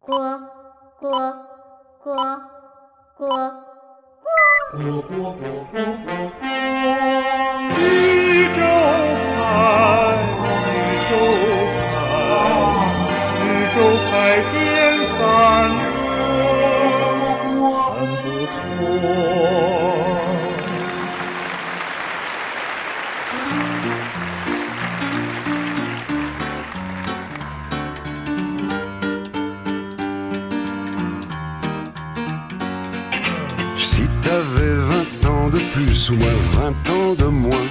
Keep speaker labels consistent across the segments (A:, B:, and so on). A: 锅锅锅锅。
B: 锅锅锅锅锅。绿洲派，绿洲派，绿洲派电饭锅很不错。
C: Si t'avais 20 ans de plus ou moins 20 ans de moins,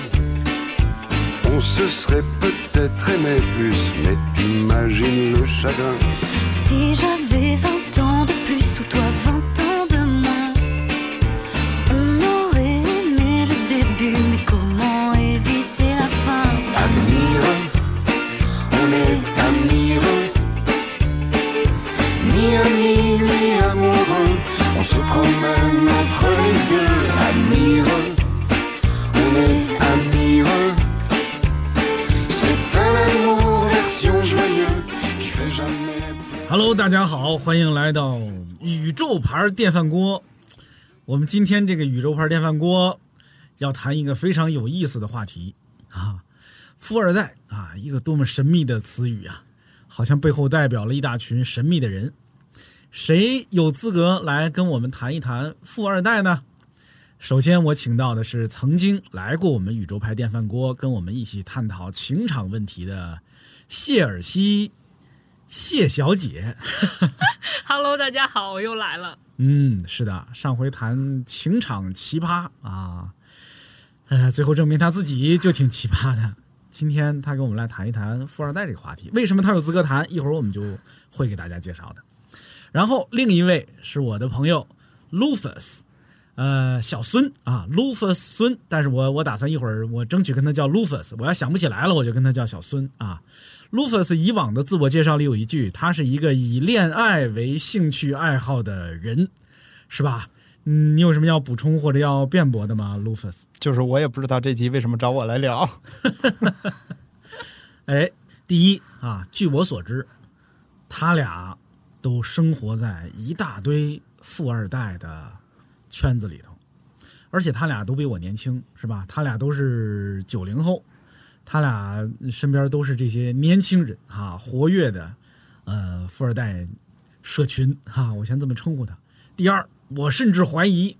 C: on se serait peut-être aimé plus, mais t'imagines le chagrin.
D: Si j'avais 20 ans de plus ou toi 20 ans de moins, on aurait aimé le début, mais comment éviter la fin
C: Admireux, on est amoureux, mi-ami, mi-amoureux, on se promène entre les deux. Admireux, on est amoureux, c'est un amour version joyeux qui fait jamais plus.
E: Hello，大家好，欢迎来到宇宙牌电饭锅。我们今天这个宇宙牌电饭锅要谈一个非常有意思的话题啊，富二代啊，一个多么神秘的词语啊，好像背后代表了一大群神秘的人。谁有资格来跟我们谈一谈富二代呢？首先，我请到的是曾经来过我们宇宙牌电饭锅，跟我们一起探讨情场问题的谢尔西谢小姐。
F: Hello，大家好，我又来了。
E: 嗯，是的，上回谈情场奇葩啊，呃，最后证明他自己就挺奇葩的。今天他跟我们来谈一谈富二代这个话题，为什么他有资格谈？一会儿我们就会给大家介绍的。然后另一位是我的朋友 Lufus，呃，小孙啊，Lufus 孙，但是我我打算一会儿我争取跟他叫 Lufus，我要想不起来了，我就跟他叫小孙啊。Lufus 以往的自我介绍里有一句，他是一个以恋爱为兴趣爱好的人，是吧？嗯，你有什么要补充或者要辩驳的吗，Lufus？
G: 就是我也不知道这集为什么找我来聊。
E: 哎，第一啊，据我所知，他俩都生活在一大堆富二代的圈子里头，而且他俩都比我年轻，是吧？他俩都是九零后，他俩身边都是这些年轻人啊，活跃的呃富二代社群哈、我先这么称呼他。第二，我甚至怀疑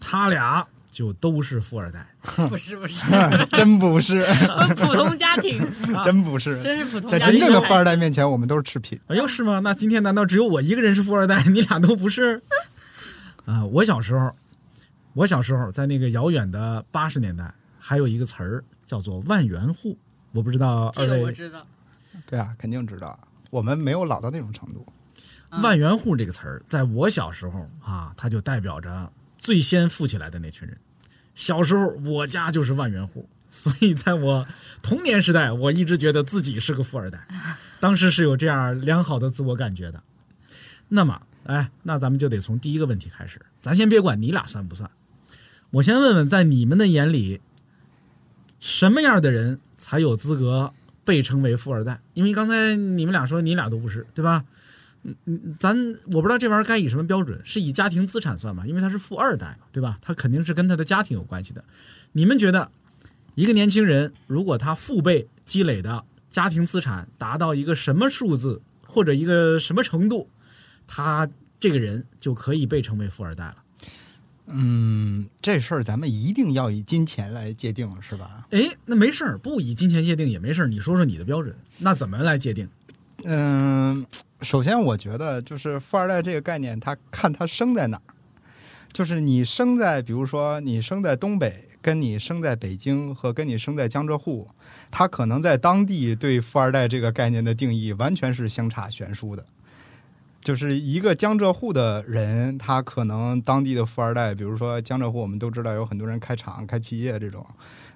E: 他俩就都是富二代。
F: 不是不是，
G: 真不是，
F: 普通家庭，
G: 真不是，
F: 真是普通
G: 在
F: 家
G: 真
F: 庭。
G: 正的富二代面前，我们都是赤贫。
E: 哎呦，是吗？那今天难道只有我一个人是富二代，你俩都不 是？啊、我小时候，我小时候在那个遥远的八十年代，还有一个词儿叫做“万元户”，我不知道二
F: 这个我
E: 位
F: 知道。
G: 对啊，肯定知道。我们没有老到那种程度，
E: “万元户”这个词儿，在我小时候啊，它就代表着最先富起来的那群人。小时候我家就是万元户， 所以在我童年时代，我一直觉得自己是个富二代，当时是有这样良好的自我感觉的。那么，哎，那咱们就得从第一个问题开始，咱先别管你俩算不算，我先问问，在你们的眼里，什么样的人才有资格被称为富二代？因为刚才你们俩说你俩都不是，对吧？嗯嗯，咱我不知道这玩意儿该以什么标准，是以家庭资产算吗？因为他是富二代嘛，对吧？他肯定是跟他的家庭有关系的。你们觉得，一个年轻人如果他父辈积累的家庭资产达到一个什么数字或者一个什么程度，他这个人就可以被称为富二代了？
G: 嗯，这事儿咱们一定要以金钱来界定，是吧？
E: 哎，那没事儿，不以金钱界定也没事儿。你说说你的标准，那怎么来界定？
G: 嗯，首先我觉得就是富二代这个概念，他看他生在哪儿，就是你生在，比如说你生在东北，跟你生在北京和跟你生在江浙沪，他可能在当地对富二代这个概念的定义完全是相差悬殊的。就是一个江浙沪的人，他可能当地的富二代，比如说江浙沪，我们都知道有很多人开厂、开企业这种，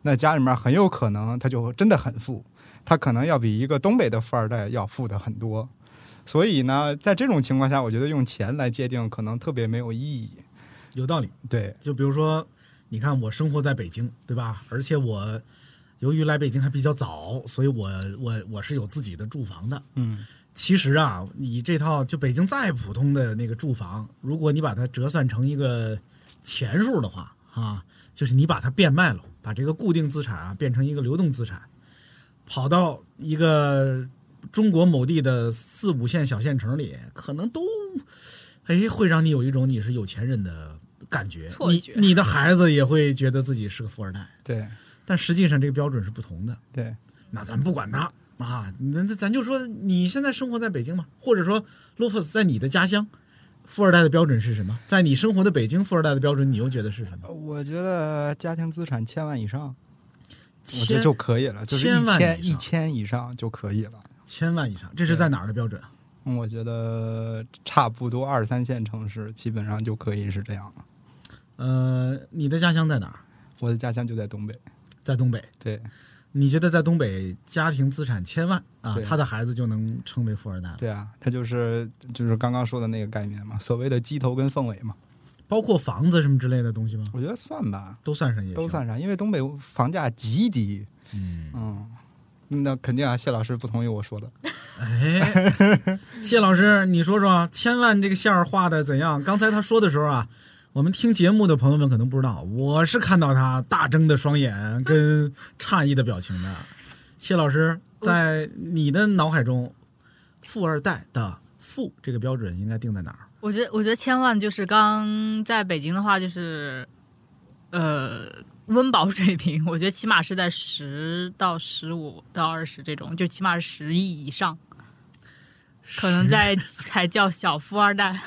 G: 那家里面很有可能他就真的很富，他可能要比一个东北的富二代要富的很多。所以呢，在这种情况下，我觉得用钱来界定可能特别没有意义。
E: 有道理。
G: 对，
E: 就比如说，你看我生活在北京，对吧？而且我由于来北京还比较早，所以我我我是有自己的住房的。
G: 嗯，
E: 其实啊，你这套就北京再普通的那个住房，如果你把它折算成一个钱数的话啊，就是你把它变卖了，把这个固定资产啊变成一个流动资产，跑到一个中国某地的四五线小县城里，可能都哎会让你有一种你是有钱人的感觉，
F: 错觉
E: 你你的孩子也会觉得自己是个富二代，
G: 对
E: 但实际上这个标准是不同的。
G: 对，
E: 那咱不管他啊，那那咱就说你现在生活在北京嘛，或者说洛夫斯在你的家乡，富二代的标准是什么？在你生活的北京，富二代的标准你又觉得是什么？
G: 我觉得家庭资产千万以上，我觉
E: 千
G: 得就可以了，就是
E: 千
G: 一
E: 万
G: 千
E: 以
G: 一
E: 上
G: 千以上就可以了。
E: 千万以上，这是在哪儿的标准啊？
G: 嗯我觉得差不多二三线城市基本上就可以是这样了。
E: 呃，你的家乡在哪儿？
G: 我的家乡就在东北，
E: 在东北。
G: 对
E: 你觉得在东北家庭资产千万啊，
G: 对
E: 他的孩子就能称为富二代了？
G: 对啊，它就是就是刚刚说的那个概念嘛，所谓的鸡头跟凤尾嘛，
E: 包括房子什么之类的东西吗？
G: 我觉得算吧，
E: 都算上也行
G: 都算上，因为东北房价极低，
E: 嗯，
G: 嗯，那肯定啊，谢老师不同意我说的，
E: 哎，谢老师，你说说啊，千万这个线儿画的怎样？刚才他说的时候啊，我们听节目的朋友们可能不知道，我是看到他大睁的双眼跟诧异的表情的。谢老师，在你的脑海中，富二代的“富”这个标准应该定在哪儿？
F: 我觉得，我觉得千万就是刚在北京的话，就是呃温饱水平， 我觉得起码是在十到十五到二十这种，就起码是十亿以 上，可能在才叫小富二代。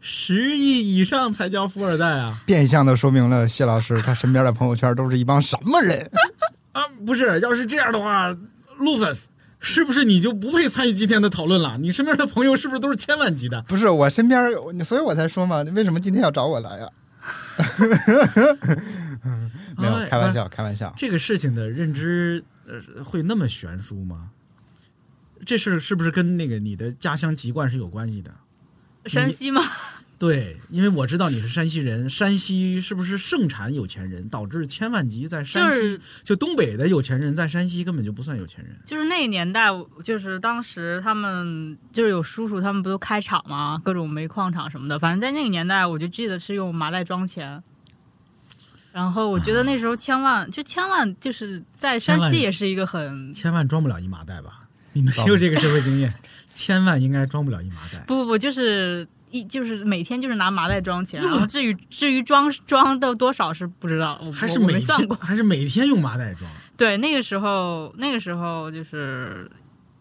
E: 十亿以上才叫富二代啊！
G: 变相的说明了谢老师他身边的朋友圈都是一帮什么人？
E: 啊，不是，要是这样的话，路粉丝是不是你就不配参与今天的讨论了？你身边的朋友是不是都是千万级的？
G: 不是我身边儿有，所以我才说嘛，你为什么今天要找我来呀、没有
E: 哎，
G: 开玩
E: 不是
G: 笑，开玩笑。
E: 这个事情的认知，呃，会那么悬殊吗？这事是不是跟那个你的家乡籍贯是有关系的？
F: 山西吗？
E: 对，因为我知道你是山西人，山西是不是盛产有钱人，导致千万级在山西，
F: 就是
E: 就东北的有钱人在山西根本就不算有钱人。
F: 就是那个年代，就是当时他们就是有叔叔，他们不都开厂吗？各种煤矿厂什么的。反正在那个年代，我就记得是用麻袋装钱。然后我觉得那时候千万就千万就是在山
E: 千万
F: 西也是一个很
E: 千万装不了一麻袋吧？你们有这个社会经验，千万应该装不了一麻袋。
F: 不不不，就是一就是每天就是拿麻袋装钱。然后至于至于装装到多少是不知道，我
E: 还是
F: 我我
E: 每
F: 没算
E: 天
F: 过。
E: 还是每天用麻袋装，
F: 对，那个时候那个时候就是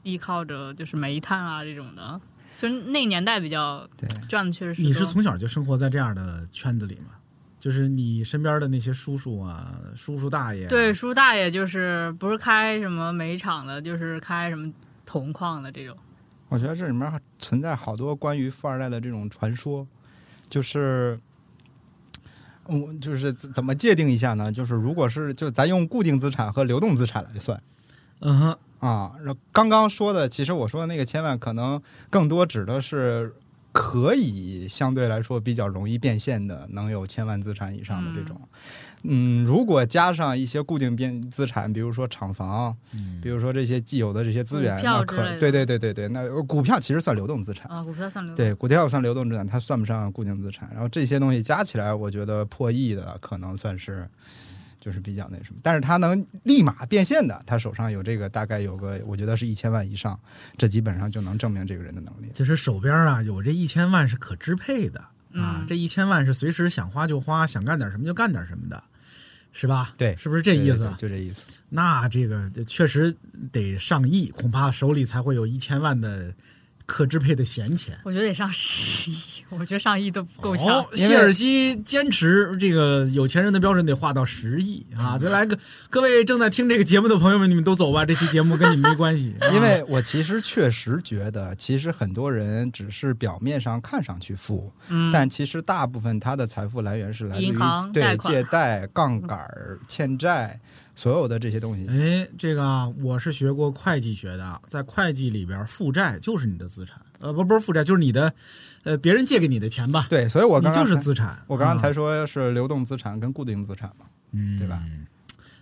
F: 依靠着就是煤炭啊这种的，就是那个年代比较
G: 对
F: 赚的确实
E: 你
F: 多
E: 是从小就生活在这样的圈子里吗？就是你身边的那些叔叔啊、叔叔大爷啊、
F: 对叔大爷就是不是开什么煤厂的，就是开什么铜矿的这种。
G: 我觉得这里面存在好多关于富二代的这种传说，就是，我就是怎怎么界定一下呢？就是如果是就咱用固定资产和流动资产来算
E: 嗯哼，
G: 啊，然后刚刚说的，其实我说的那个千万可能更多指的是可以相对来说比较容易变现的，能有千万资产以上的这种。嗯，如果加上一些固定变资产，比如说厂房，比如说这些既有的这些资源，
F: 嗯股票之类
G: 那可
F: 的
G: 对对对对对，那股票其实算流动资产。
F: 啊，股票算流动。
G: 对，股票算流动资产，它算不上固定资产。然后这些东西加起来，我觉得破亿的可能算是就是比较那什么，但是它能立马变现的，他手上有这个大概有个，我觉得是一千万以上，这基本上就能证明这个人的能力。
E: 就是手边啊有这一千万是可支配的啊，
G: 嗯
E: 这一千万是随时想花就花，想干点什么就干点什么的，是吧？
G: 对
E: 是不是这意思？啊
G: 对对对就这意思。
E: 那这个这确实得上亿，恐怕手里才会有一千万的可支配的闲钱。
F: 我觉得得上十亿，我觉得上亿都不够呛。
E: 哦，谢尔西坚持这个有钱人的标准得划到十亿
G: 嗯
E: 啊！再来个各位正在听这个节目的朋友们，你们都走吧，这期节目跟你们没关 系。啊
G: 因为我其实确实觉得，其实很多人只是表面上看上去富，
F: 嗯
G: 但其实大部分他的财富来源是来自于
F: 银行贷
G: 对
F: 款嗯
G: 借贷、杠杆儿、欠债，所有的这些东西。
E: 哎，这个啊，我是学过会计学的啊，在会计里边，负债就是你的资产，呃，不不是负债，就是你的，呃，别人借给你的钱吧，
G: 对，所以我
E: 你
G: 刚刚
E: 就是
G: 才
E: 资产。
G: 我刚刚才
E: 啊
G: 说是流动资产跟固定资产嘛，
E: 嗯
G: 对吧？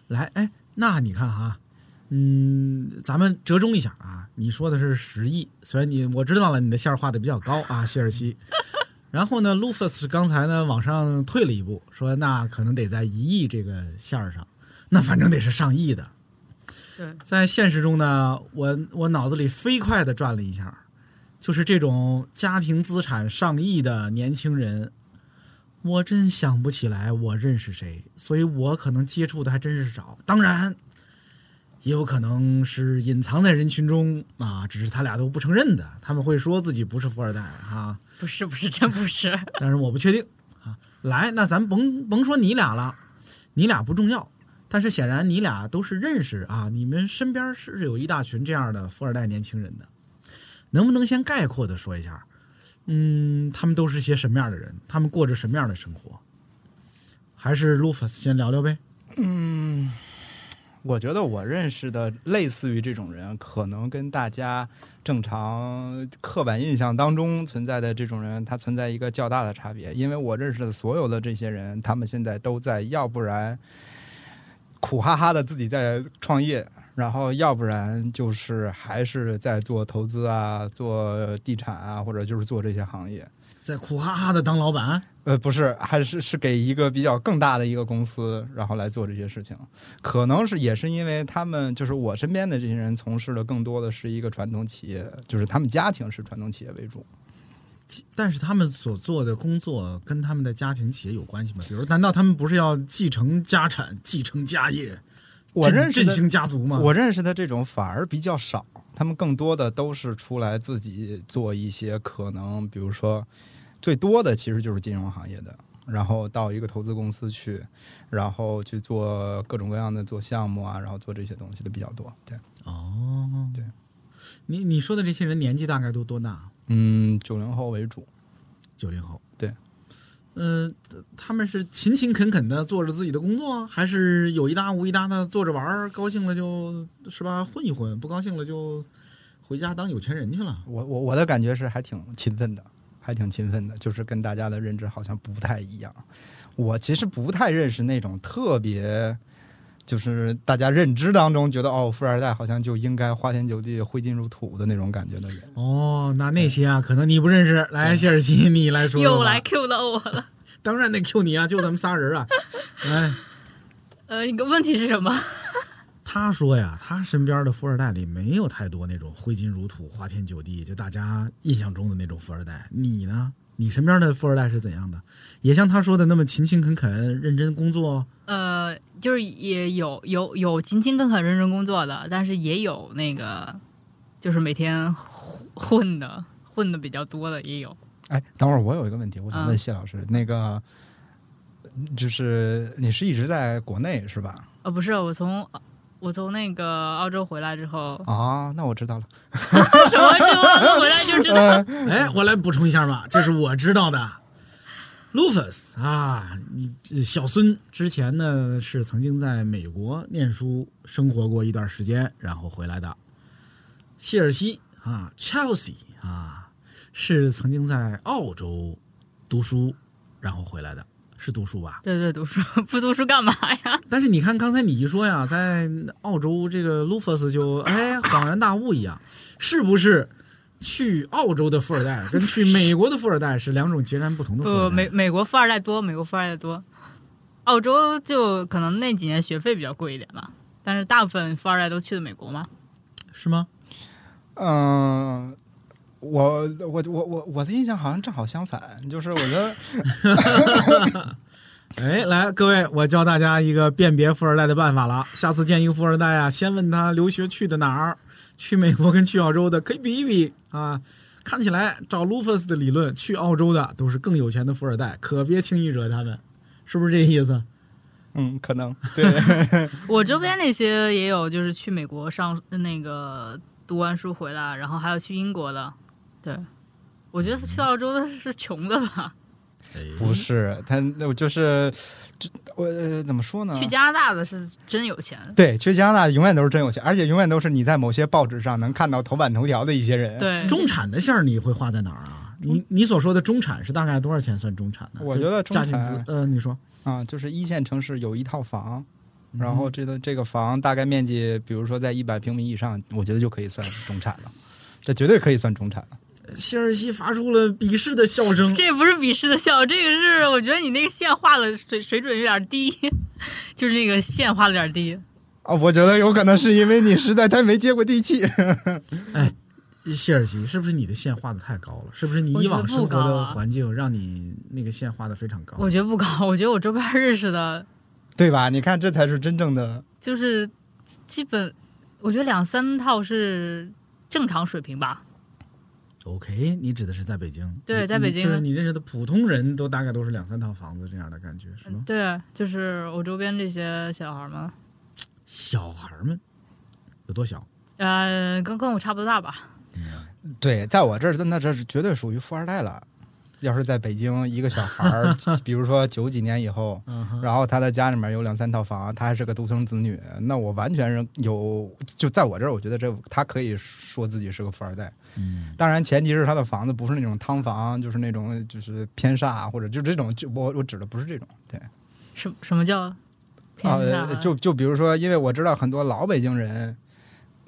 E: 来，哎，那你看哈、嗯，咱们折中一下啊，你说的是十亿，虽然你我知道了你的线儿画的比较高啊，谢尔西。 然后呢，Lufus 刚才呢往上退了一步，说那可能得在一亿这个线儿上，那反正得是上亿的。
F: 对，
E: 在现实中呢，我我脑子里飞快的转了一下，就是这种家庭资产上亿的年轻人，我真想不起来我认识谁，所以我可能接触的还真是少。当然，也有可能是隐藏在人群中啊，只是他俩都不承认的，他们会说自己不是富二代啊，
F: 不是不是，真不是。
E: 但是我不确定啊。来，那咱甭甭说你俩了，你俩不重要。但是显然你俩都是认识啊，你们身边是有一大群这样的富二代年轻人的，能不能先概括的说一下？嗯，他们都是些什么样的人？他们过着什么样的生活？还是 Lufus 先聊聊呗。
G: 我觉得我认识的类似于这种人，可能跟大家正常刻板印象当中存在的这种人，他存在一个较大的差别。因为我认识的所有的这些人，他们现在都在，要不然苦哈哈的自己在创业，然后要不然就是还是在做投资啊、做地产啊，或者就是做这些行业。
E: 在苦哈哈的当老板，
G: 呃，不是，还是是给一个比较更大的一个公司，然后来做这些事情。可能是也是因为他们，就是我身边的这些人从事的更多的是一个传统企业，就是他们家庭是传统企业为主。
E: 但是他们所做的工作跟他们的家庭企业有关系吗？比如，难道他们不是要继承家产、继承家业、
G: 我认识
E: 振
G: 的
E: 兴家族吗？
G: 我认识的这种反而比较少，他们更多的都是出来自己做一些可能，比如说最多的其实就是金融行业的，然后到一个投资公司去，然后去做各种各样的做项目啊，然后做这些东西的比较多。对，
E: 哦，
G: 对，
E: 你你说的这些人年纪大概都多大？
G: 嗯，九零后为主。
E: 九零后。
G: 对，
E: 嗯、他们是勤勤恳恳的做着自己的工作，啊还是有一搭无一搭的做着玩儿？高兴了就是吧，混一混；不高兴了就回家当有钱人去了。
G: 我我我的感觉是还挺勤奋的，还挺勤奋的，就是跟大家的认知好像不太一样。我其实不太认识那种特别，就是大家认知当中觉得哦，富二代好像就应该花天酒地、挥金如土的那种感觉的人。
E: 哦，那那些啊，可能你不认识。来，谢尔西，你来说说
F: 又
E: 吧
F: 来 Q 到我了。
E: 当然得 Q 你啊，就咱们仨人啊。来，
F: 呃，你个问题是什么？
E: 他说呀，他身边的富二代里没有太多那种挥金如土、花天酒地，就大家印象中的那种富二代。你呢？你身边的富二代是怎样的？也像他说的那么勤勤恳恳、认真工作？
F: 呃，就是也有有有勤勤恳恳认真工作的，但是也有那个就是每天混混的混的比较多的也有。
G: 哎，等会儿我有一个问题，我想问
F: 嗯
G: 谢老师，那个就是你是一直在国内是吧？，
F: 呃，不是，我从我从那个澳洲回来之后
G: 啊，那我知道了。
F: 什么时候回来就知道？
E: 哎，我来补充一下吧，这是我知道的。Lufus 啊，你小孙之前呢是曾经在美国念书生活过一段时间，然后回来的。谢尔西啊，Chelsea 啊，是曾经在澳洲读书，然后回来的，是读书吧？
F: 对对，读书不读书干嘛呀？
E: 但是你看刚才你一说呀，在澳洲这个 Lufus 就哎恍然大悟一样，是不是？去澳洲的富二代跟去美国的富二代是两种截然不同的富二
F: 不，
E: 代。
F: 美美国富二代多，美国富二代多。澳洲就可能那几年学费比较贵一点吧，但是大部分富二代都去的美国嘛。
E: 是吗？
G: 嗯，我我我我我的印象好像正好相反，就是我觉得。
E: 哎，来，各位，我教大家一个辨别富二代的办法了。下次见一个富二代啊，先问他留学去的哪儿，去美国跟去澳洲的可以比一比啊。看起来照 Lufus 的理论，去澳洲的都是更有钱的富二代，可别轻易惹他们，是不是这意思？
G: 嗯，可能对，
F: 我周边那些也有，就是去美国上那个读完书回来，然后还有去英国的。对，我觉得去澳洲的是穷的吧，
G: 不是他，那我就是，这我、呃怎么说呢？
F: 去加拿大的是真有钱。
G: 对，去加拿大永远都是真有钱，而且永远都是你在某些报纸上能看到头版头条的一些人。，
F: 对，
E: 中产的线儿你会画在哪儿啊？你你所说的中产是大概多少钱算中产呢？
G: 我觉得
E: 就家
G: 中
E: 庭
G: 产
E: 资呃，你说
G: 啊，就是一线城市有一套房，然后这个这个房大概面积，比如说在一百平米以上，我觉得就可以算中产了，这绝对可以算中产了。
E: 谢尔西发出了鄙视的笑 声。
F: 这不是鄙视的笑，这个是我觉得你那个线画的水水准有点低， 就是那个线画的有点低。
G: 啊，我觉得有可能是因为你实在太没接过地气。
E: 谢尔西，是不是你的线画的太高了？是不是你
F: 我
E: 以
F: 觉得
E: 往
F: 不
E: 生活
F: 高
E: 的
F: 啊
E: 环境让你那个线画的非常高？
F: 我觉得不高，我觉得我周边认识的，
G: 对吧？你看，这才是真正的
F: 就是基本，我觉得两三套是正常水平吧。
E: OK，你指的是在北京？
F: 啊对
E: 你
F: 在北京
E: 就是你认识的普通人都大概都是两三套房子这样的感觉，是吗？
F: 对，就是我周边这些小孩们，
E: 小孩儿们有多小？
F: 呃，跟跟我差不多大吧。
G: 对，在我这儿，那这是绝对属于富二代了。要是在北京，一个小孩儿， 比如说九几年以后，然后他的家里面有两三套房，他还是个独生子女，那我完全是有，就在我这儿，我觉得这他可以说自己是个富二代。嗯，当然前提是他的房子不是那种汤房，就是那种就是偏煞啊或者就这种，就我我指的不是这种，对。
F: 什什么叫偏
G: 啊、
F: 大？
G: 就就比如说，因为我知道很多老北京人，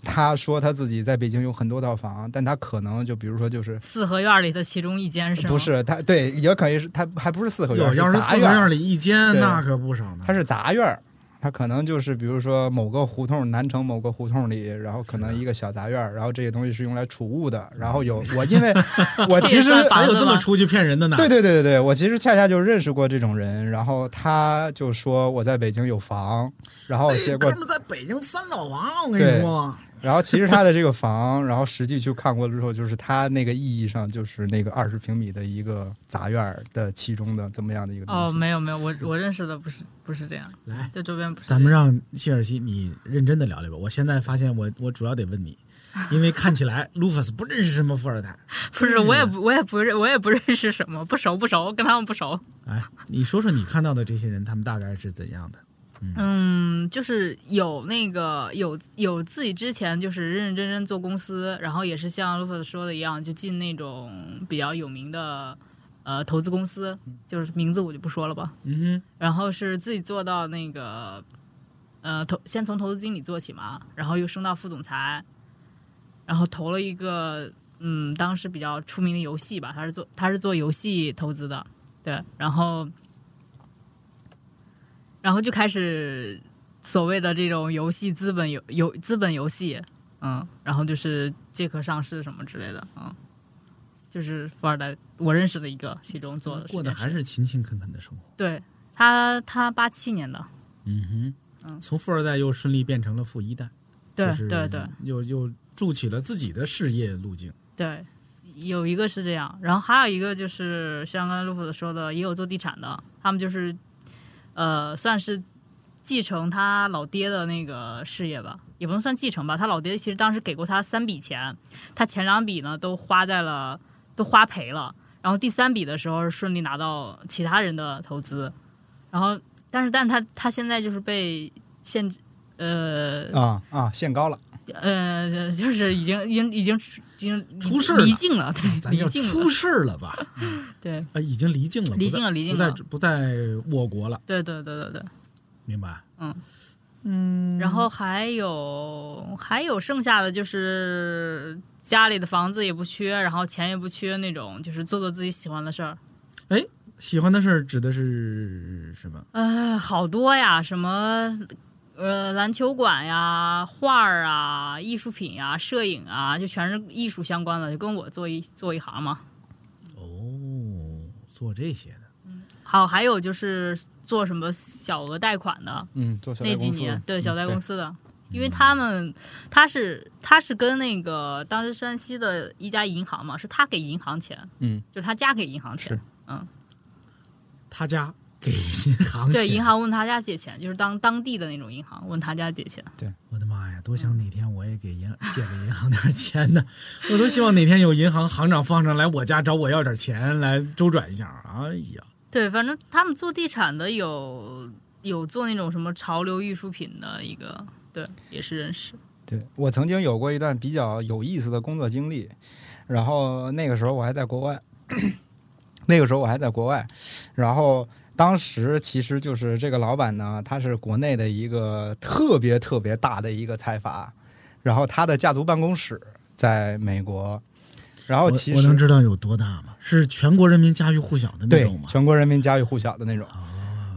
G: 他说他自己在北京有很多套房，但他可能就比如说就是
F: 四合院里的其中一间是吗？
G: 不是他对，也可以是他还不是四合院，
E: 有，要是
G: 是
E: 四
G: 杂
E: 合
G: 院
E: 院
G: 儿，
E: 里一间，
G: 对
E: 那可不少呢
G: 他。是杂院儿，他可能就是比如说某个胡同南城某个胡同里，然后可能一个小杂院儿，然后这些东西是用来储物的，然后有我 因为我
F: 这
G: 其
F: 也
G: 实
F: 算
E: 还
F: 房
E: 有
F: 子
E: 嗯这么
F: 吗
E: 出去骗人的呢？
G: 对对对对对，我其实恰恰就认识过这种人，然后他就说我在北京有房，然后哦结果
E: 哎哥们儿在北京三老王，我跟
G: 对
E: 你说，
G: 然后其实他的这个房，然后实际去看过之后，就是他那个意义上就是那个二十平米的一个杂院儿的其中的这么样的一个
F: 哦，
G: 东西。
F: 没有没有，我我认识的不是不是这样，
E: 来，
F: 在周边不是这
E: 咱
F: 样。
E: 们让谢尔西你认真的聊聊吧。我现在发现我我主要得问你，因为看起 来路费斯不认识什么富二代。
F: 不是，我也不我也不认我也不认识什么，不熟不熟，跟他们不熟。
E: 哎，你说说你看到的这些人，他们大概是怎样的？
F: 嗯，就是有那个有有自己之前就是认认真真做公司，然后也是像 l u 说的一样，就进那种比较有名的呃投资公司，就是名字我就不说了吧。
E: 嗯
F: 然后是自己做到那个呃投，先从投资经理做起嘛，然后又升到副总裁，然后投了一个嗯，当时比较出名的游戏吧，他是做他是做游戏投资的，对，然后然后就开始所谓的这种游戏资本游游资本游戏，嗯，然后就是借壳上市什么之类的，嗯。就是富二代，我认识的一个，其中做
E: 哼
F: 的，
E: 过得
F: 这件
E: 还
F: 事
E: 是勤勤恳恳的生活。
F: 对他，他八七年的，
E: 嗯哼，从富二代又顺利变成了富一代，
F: 对
E: 就是
F: 对对
E: 又又筑起了自己的事业路径。
F: 对，有一个是这样，然后还有一个就是像刚才陆虎子说的，也有做地产的，他们就是呃，算是继承他老爹的那个事业吧，也不能算继承吧，他老爹其实当时给过他三笔钱，他前两笔呢都花在了，都花赔了，然后第三笔的时候是顺利拿到其他人的投资，然后但是但是他他现在就是被限制。呃，
G: 啊啊，限高了，
F: 呃，就是已经已经已经已经
E: 出事儿了
F: 离境了，对，
E: 咱
F: 离
E: 叫
F: 境
E: 出
F: 了，
E: 事儿了吧？
F: 对，
E: 啊，已经离境了，
F: 离
E: 不在
F: 境了离境了
E: 不在不在我国了，
F: 对对对对对。
E: 明白？
F: 然后还有还有剩下的就是家里的房子也不缺，然后钱也不缺那种，就是做做自己喜欢的事儿。
E: 哎喜欢的事儿指的是什么？
F: 呃，好多呀，什么呃篮球馆呀、画儿啊、艺术品呀、摄影啊，就全是艺术相关的，就跟我做一做一行嘛。
E: 哦，做这些的，
F: 好，还有就是做什么小额贷款的，
G: 嗯，做小
F: 那
G: 贷
F: 几
G: 公司
F: 年，，对
E: 嗯
F: 小贷公
G: 对
F: 司的，因为他们他是他是跟那个当时山西的一家银行嘛，是他给银行钱，
G: 嗯，
F: 就是他家给银行钱
G: 是，
E: 他家给银行
F: 对，
E: 钱
F: 银。行问他家借钱，就是当当地的那种银行问他家借钱，
E: 我的妈呀，多想哪天我也给银借给银行点儿钱呢！ 我都希望哪天有银行行长、方长来我家找我要点儿钱来周转一下。哎呀，
F: 对，反正他们做地产的有有做那种什么潮流艺术品的一个，对，也是认识，
G: 对我曾经有过一段比较有意思的工作经历，然 后那个时候我还在国外，那个时候我还在国外，然后当时其实就是这个老板呢，他是国内的一个特别特别大的一个财阀，然后他的家族办公室在美国，然后
E: 我
G: 其
E: 我能
G: 实
E: 知道有多大吗？是全国人民家喻户晓的那
G: 对
E: 种吗？
G: 全国人民家喻户晓的那种。
E: 啊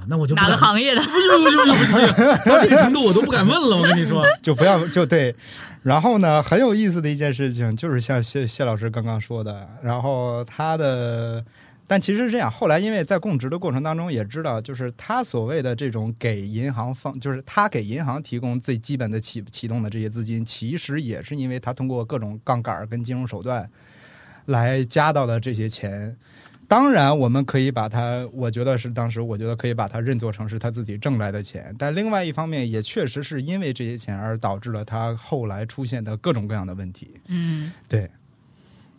E: 那我就不
F: 哪个
E: 敢
F: 行 业的？
E: 不行不行不行不行，到这个程度我都不敢问了。我跟你说，
G: 就不要就对。然后呢，很有意思的一件事情就是像谢谢老师刚刚说的，然后他的，但其实是这样。后来因为在供职的过程当中也知道，就是他所谓的这种给银行放，就是他给银行提供最基本的启启动的这些资金，其实也是因为他通过各种杠杆儿跟金融手段来加到的这些钱。当然，我们可以把它，我觉得是当时，我觉得可以把它认作成是他自己挣来的钱。但另外一方面，也确实是因为这些钱而导致了他后来出现的各种各样的问题。
F: 嗯，
G: 对，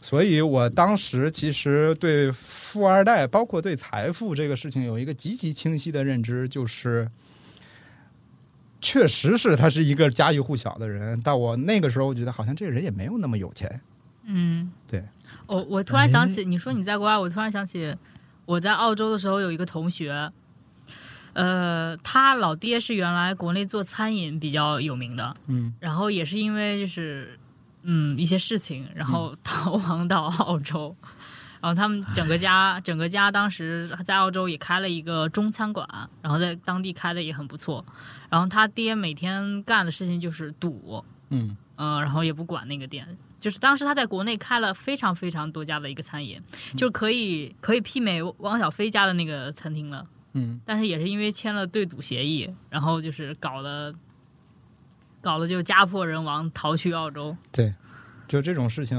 G: 所以我当时其实对富二代，包括对财富这个事情，有一个极其清晰的认知，就是确实是他是一个家喻户晓的人。但我那个时候，我觉得好像这个人也没有那么有钱。
F: 嗯，
G: 对。
F: 我我突然想起，你说你在国外，我突然想起我在澳洲的时候有一个同学，呃，他老爹是原来国内做餐饮比较有名的，
G: 嗯，
F: 然后也是因为就是嗯一些事情，然后逃亡到澳洲。然后他们整个家，整个家当时在澳洲也开了一个中餐馆，然后在当地开的也很不错。然后他爹每天干的事情就是赌，
G: 嗯
F: 嗯、然后也不管那个店。就是当时他在国内开了非常非常多家的一个餐饮，就可以可以媲美汪小菲家的那个餐厅了。
G: 嗯，
F: 但是也是因为签了对赌协议，然后就是搞得搞得就家破人亡，逃去澳洲。
G: 对，就这种事情，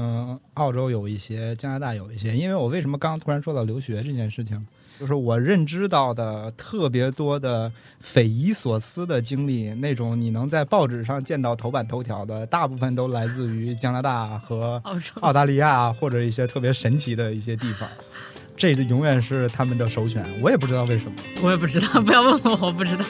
G: 澳洲有一些，加拿大有一些。因为我为什么刚刚突然说到留学这件事情，就是我认知到的特别多的匪夷所思的经历，那种你能在报纸上见到头版头条的，大部分都来自于加拿大和
F: 澳洲
G: 澳大利亚或者一些特别神奇的一些地方。这永远是他们的首选，我也不知道为什么。
F: 我也不知道，不 要问我，我不知道。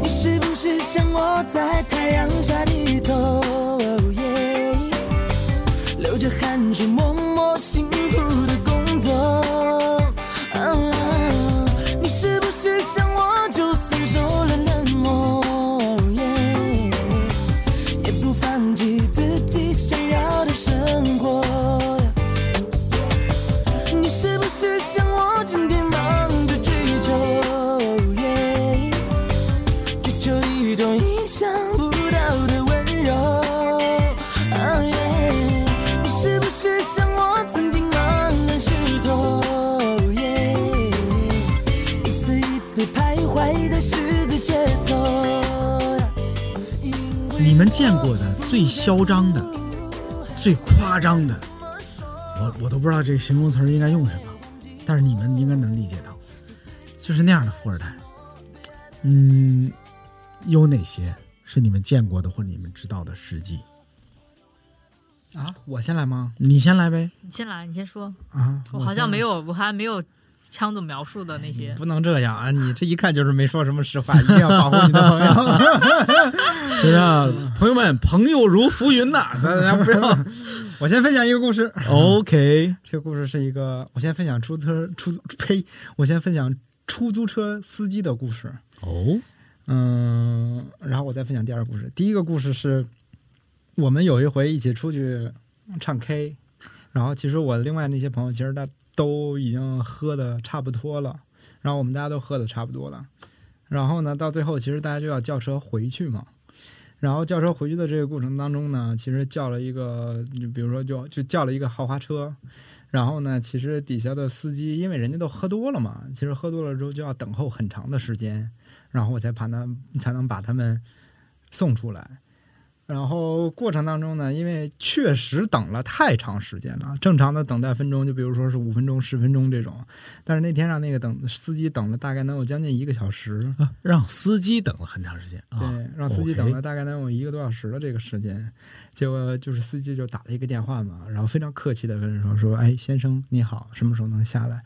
H: 你是不是像我在太阳下低头，哦耶，流着汗水，默默辛苦的工作？啊你是不是像我，就算受了冷漠，哦耶，也不放弃自己想要的生活？你是不是像我，整天忙着追求？哦耶追求一种意想不到的温柔。啊耶，你是不是像我曾经茫然失措？耶，一次一次徘徊在十字街头。
E: 你们见过的最嚣张的、最夸张的，我我都不知道这个形容词儿应该用什么，但是你们应该能理解到，就是那样的富二代。嗯，有哪些是你们见过的或者你们知道的事迹？
G: 啊，我先来吗？
E: 你先来呗。
F: 你先来，你先说。
G: 啊，
F: 我好像没有，我还没有枪总描述的那些。
G: 不能这样啊！你这一看就是没说什么实话，一定要保护你的朋友。
E: 是啊，朋友们，朋友如浮云呐、大家不要。
G: 我先分享一个故事，
E: OK，
G: 这个故事是一个，我先分享出租车出租呸，我先分享出租车司机的故事，
E: 哦，
G: 嗯，然后我再分享第二个故事。第一个故事是我们有一回一起出去唱 K，然后其实我另外那些朋友其实他都已经喝的差不多了，然后我们大家都喝的差不多了，然后呢，到最后其实大家就要叫车回去嘛。然后叫车回去的这个过程当中呢，其实叫了一个，就比如说就就叫了一个豪华车，然后呢，其实底下的司机因为人家都喝多了嘛，其实喝多了之后就要等候很长的时间，然后我才把他才能把他们送出来。然后过程当中呢，因为确实等了太长时间了，正常的等待分钟就比如说是五分钟、十分钟这种，但是那天让那个等司机等了大概能有将近一个小时。
E: 让司机等了很长时间啊。
G: 对，让司机
E: OK
G: 等了大概能有一个多小时的这个时间，结果就是司机就打了一个电话嘛，然后非常客气的跟人说说，哎，先生你好，什么时候能下来？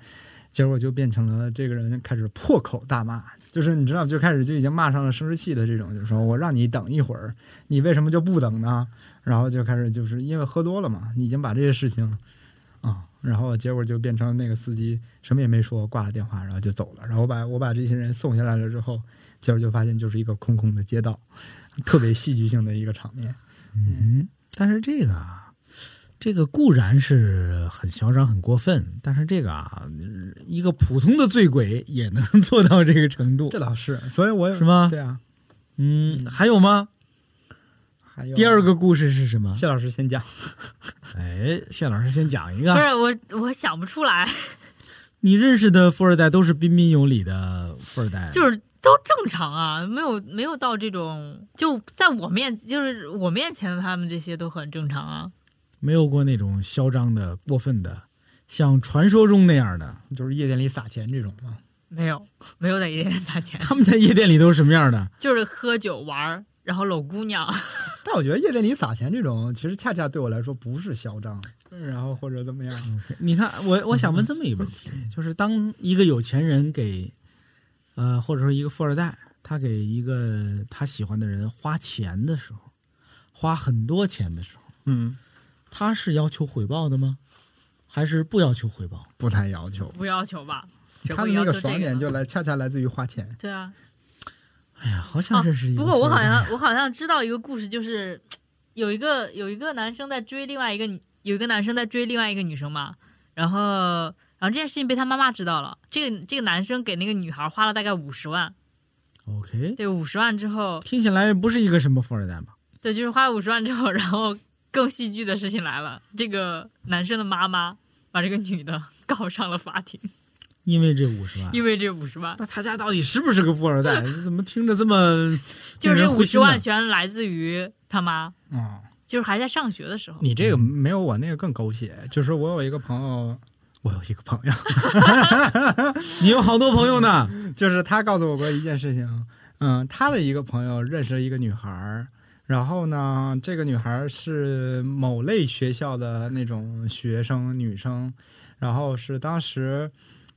G: 结果就变成了这个人开始破口大骂，就是你知道，就开始就已经骂上了生殖器的这种，就说我让你等一会儿，你为什么就不等呢？然后就开始就是因为喝多了嘛，你已经把这些事情啊、啊、然后结果就变成那个司机什么也没说，挂了电话，然后就走了。然后我把我把这些人送下来了之后，结果就发现就是一个空空的街道，特别戏剧性的一个场面。
E: 但是这个啊，这个固然是很嚣张、很过分，但是这个啊，一个普通的醉鬼也能 做到这个程度
G: 这。倒是，所以我有
E: 是吗
G: 对啊，
E: 嗯，还有吗？
G: 还有
E: 第二个故事是什
F: 啊
E: 么？
G: 谢老师先讲，
E: 哎，谢老师先讲一个
F: 不
E: 啊。
F: 是我，我想不出来，
E: 你认识的富二代都是彬彬有礼的富二代，
F: 就是都正常啊，没有没有到这种，就在我面，就是我面前的他们这些都很正常啊。
E: 没有过那种嚣张的、过分的，像传说中那样的。
G: 就是夜店里撒钱这种嘛。
F: 没有，没有在夜店撒钱，
E: 他们在夜店里都是什么样的？
F: 就是喝酒玩儿，然后搂姑娘。
G: 但我觉得夜店里撒钱这种，其实恰恰对我来说不是嚣张，然后或者怎么样，
E: 你看，我我想问这么一个问题，就是当一个有钱人给，呃，或者说一个富二代，他给一个他喜欢的人花钱的时候，花很多钱的时候，
G: 嗯，
E: 他是要求回报的吗？还是不要求回报？
G: 不太要求。
F: 不要求吧，只
G: 他
F: 会
G: 的
F: 要
G: 那
F: 求这
G: 个爽
F: 个
G: 点
F: 呢。
G: 就来，恰恰来自于花钱。
F: 对啊，
E: 哎呀，好
F: 啊
E: 想认识一个、
F: 不过我好 像，我好像知道一个故事，就是有一个有一个男生在追另外一个女，有一个男生在追另外一个女生嘛，然后然后这件事情被他妈妈知道了，这个这个男生给那个女孩花了大概五十万，
E: OK，
F: 对五十万之后，
E: 听起来不是一个什么富二代嘛。
F: 对，就是花了五十万之后，然后更戏剧的事情来了，这个男生的妈妈把这个女的 告上了法庭，
E: 因为这五十万，
F: 因为这五十万。
E: 那他家到底是不是个富二代？ 这怎么听着这么
F: 就是
E: 令
F: 这
E: 人
F: 五
E: 灰
F: 十
E: 心呢
F: 万全来自于他妈，
G: 啊、
F: 就是还在上学的时候。
G: 你这个没有我那个更狗血。就是我有一个朋友，我有一个朋友，
E: 你有好多朋友呢，
G: 就是他告诉我过一件事情，嗯，他的一个朋友认识了一个女孩儿，然后呢，这个女孩儿是某类学校的那种学生女生，然后是当时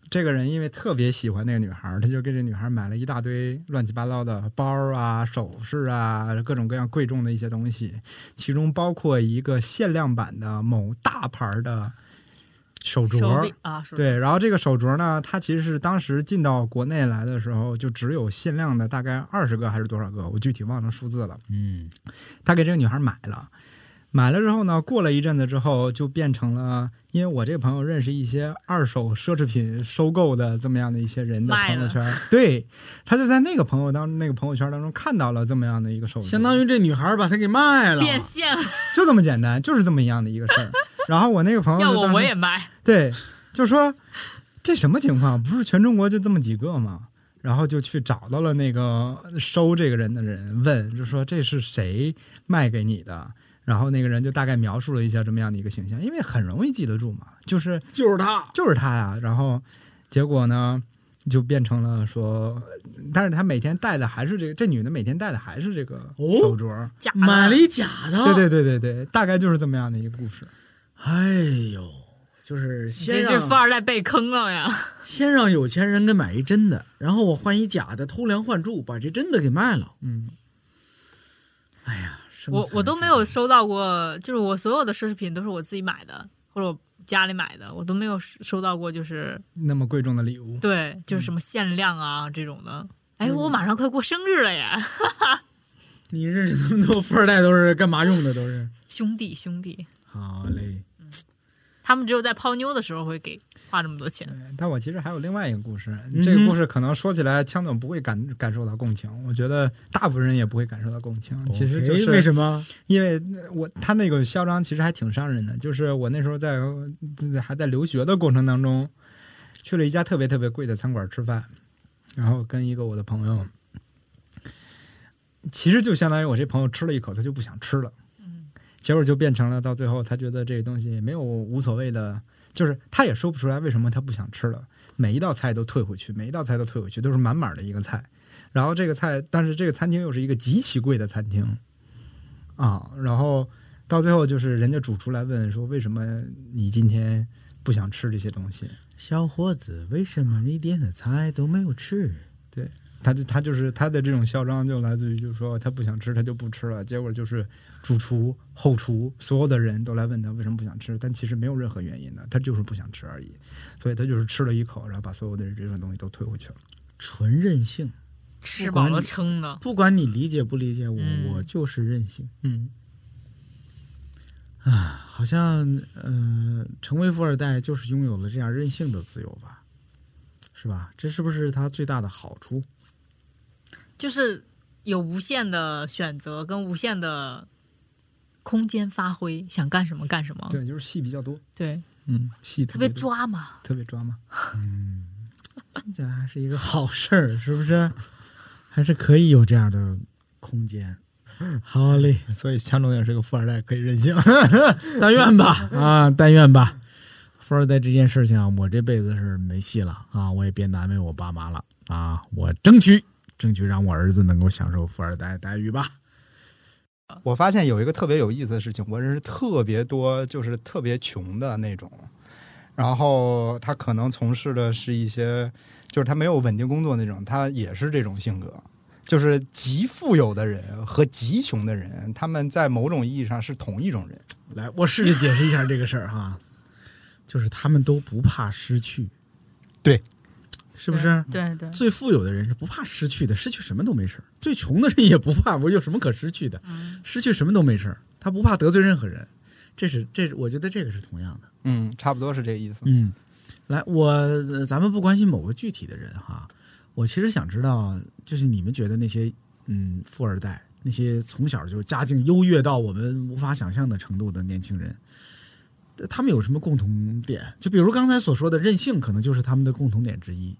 G: 这个人因为特别喜欢那个女孩儿，他就给这女孩儿买了一大堆乱七八糟的包啊、首饰啊，各种各样贵重的一些东西，其中包括一个限量版的某大牌儿的手镯
F: 手
G: 儿
F: 臂。啊，手
G: 对，然后这个手镯呢，它其实是当时进到国内来的时候，就只有限量的大概二十个还是多少个，我具体忘了数字了。
E: 嗯，
G: 他给这个女孩买了，买了之后呢，过了一阵子之后，就变成了，因为我这个朋友认识一些二手奢侈品收购的这么样的一些人的
F: 卖
G: 朋友
F: 了
G: 圈，对他就在那个朋友当那个朋友圈当中看到了这么样的一个手镯，
E: 相当于这女孩把他给卖了，
F: 变现了，
G: 就这么简单，就是这么一样的一个事儿。然后我那个朋友
F: 要
G: 就
F: 我
G: 当时
F: 我也卖。
G: 对，就说这什么情况？不是全中国就这么几个吗？然后就去找到了那个收这个人的人，问就说这是谁卖给你的？然后那个人就大概描述了一下这么样的一个形象，因为很容易记得住嘛，就是
E: 就是他，
G: 就是他呀。然后结果呢，就变成了说，但是他每天戴的还是这个，这女的每天戴的还是这个
E: 哦啊
G: 手镯。
F: 假的
E: 买了一假的，
G: 对对对对对，大概就是这么样的一个故事。
E: 哎呦，就是先
F: 这是富
E: 让
F: 二代被坑了呀！
E: 先让有钱人给买一真的，然后我换一假的，偷梁换柱把这真的给卖了。
G: 嗯，
E: 哎呀，生
F: 我
E: 财
F: 我都
E: 之
F: 没有
E: 道
F: 收到过，就是我所有的奢侈品都是我自己买的，或者我家里买的，我都没有收到过，就是
G: 那么贵重的礼物，
F: 对，就是什么限量啊这种的。哎，我马上快过生日了耶！
E: 你认识那么多富二代都是干嘛用的？都 是
F: 兄弟兄弟，
E: 好嘞，
F: 他们只有在泡妞的时候会给花这么多钱。
G: 但我其实还有另外一个故事，
E: 嗯哼
G: 这个故事可能说起来，枪总不会感感受到共情，我觉得大部分人也不会感受到共情。其实就
E: OK，哦
G: 是
E: 哎为什么？
G: 因为我他那个嚣张其实还挺伤人的，就是我那时候在还在留学的过程当中，去了一家特别特别贵的餐馆吃饭，然后跟一个我的朋友，其实就相当于我这朋友吃了一口，他就不想吃了，结果就变成了到最后他觉得这个东西没有无所谓的，就是他也说不出来为什么他不想吃了，每一道菜都退回去，每一道菜都退回去，都是满满的一个菜。然后这个菜，但是这个餐厅又是一个极其贵的餐厅，啊，然后到最后就是人家主厨来问说，为什么你今天不想吃这些东西？
E: 小伙子，为什么你点的菜都没有吃？
G: 他就他就是他的这种嚣张，就来自于就是说他不想吃，他就不吃了。结果就是主厨、后厨所有的人都来问他为什么不想吃，但其实没有任何原因的，他就是不想吃而已。所以他就是吃了一口，然后把所有的这种东西都退回去了。
E: 纯任性，
F: 吃
E: 不管
F: 饱了
E: 你
F: 撑的，
E: 不管你理解不理解我，
F: 嗯
E: 我就是任性。
G: 嗯，
E: 啊，好像呃，成为富二代就是拥有了这样任性的自由吧，是吧？这是不是他最大的好处？
F: 就是有无限的选择跟无限的空间发挥，想干什么干什么，
G: 对，就是戏比较多，
F: 对，
G: 嗯，戏
F: 特别
G: 多，
F: 抓嘛。
G: 特别抓嘛。
E: 听起来还是一个好事儿，是不是？还是可以有这样的空间。好嘞，
G: 所以强总也是个富二代，可以任性。
E: 但愿吧， 啊，但愿吧。富二代这件事情啊，我这辈子是没戏了啊！我也别难为我爸妈了啊！我争取争取让我儿子能够享受富二代待遇吧。
G: 我发现有一个特别有意思的事情，我认识特别多，就是特别穷的那种，然后他可能从事的是一些，就是他没有稳定工作那种，他也是这种性格，就是极富有的人和极穷的人，他们在某种意义上是同一种人。
E: 来，我试着解释一下这个事儿哈，就是他们都不怕失去，
G: 对，
E: 是不是？
F: 对对，
E: 最富有的人是不怕失去的，失去什么都没事儿；最穷的人也不怕，我有什么可失去的？失去什么都没事儿，他不怕得罪任何人。这是这是，我觉得这个是同样的。
G: 嗯，差不多是这个意思。
E: 嗯，来，我呃咱们不关心某个具体的人哈，我其实想知道，就是你们觉得那些嗯富二代，那些从小就家境优越到我们无法想象的程度的年轻人，呃他们有什么共同点？就比如刚才所说的任性，可能就是他们的共同点之一。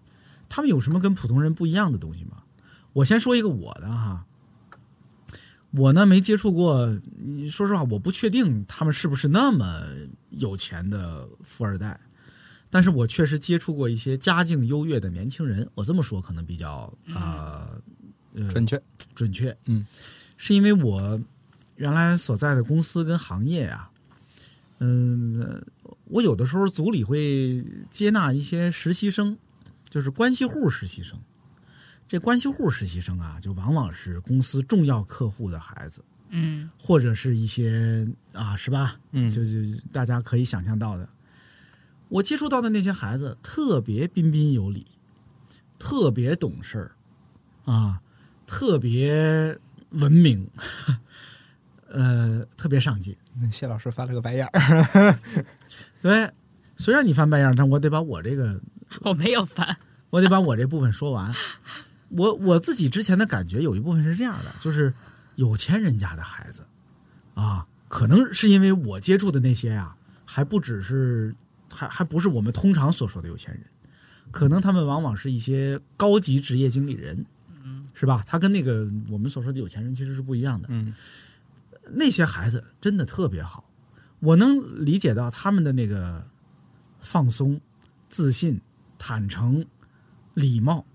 E: 他们有什么跟普通人不一样的东西吗？我先说一个我的哈，我呢没接触过，你说实话，我不确定他们是不是那么有钱的富二代，但是我确实接触过一些家境优越的年轻人。我这么说可能比较啊、呃
G: 准确，
E: 准确，
G: 嗯，
E: 是因为我原来所在的公司跟行业啊，嗯，呃我有的时候组里会接纳一些实习生，就是关系户实习生。这关系户实习生啊，就往往是公司重要客户的孩子，
F: 嗯，
E: 或者是一些啊，是吧？
G: 嗯
E: 就是大家可以想象到的。我接触到的那些孩子，特别彬彬有礼，特别懂事儿，啊，特别文明， 呃，特别上进。
G: 谢老师翻了个白眼 儿。
E: 对，虽然你翻白眼儿，但我得把我这个，
F: 我没有烦，
E: 我得把我这部分说完。我我自己之前的感觉有一部分是这样的，就是有钱人家的孩子啊，可能是因为我接触的那些啊，还不只是还还不是我们通常所说的有钱人，可能他们往往是一些高级职业经理人，是吧？他跟那个我们所说的有钱人其实是不一样的。
G: 嗯，
E: 那些孩子真的特别好，我能理解到他们的那个放松、自信、坦诚、礼貌，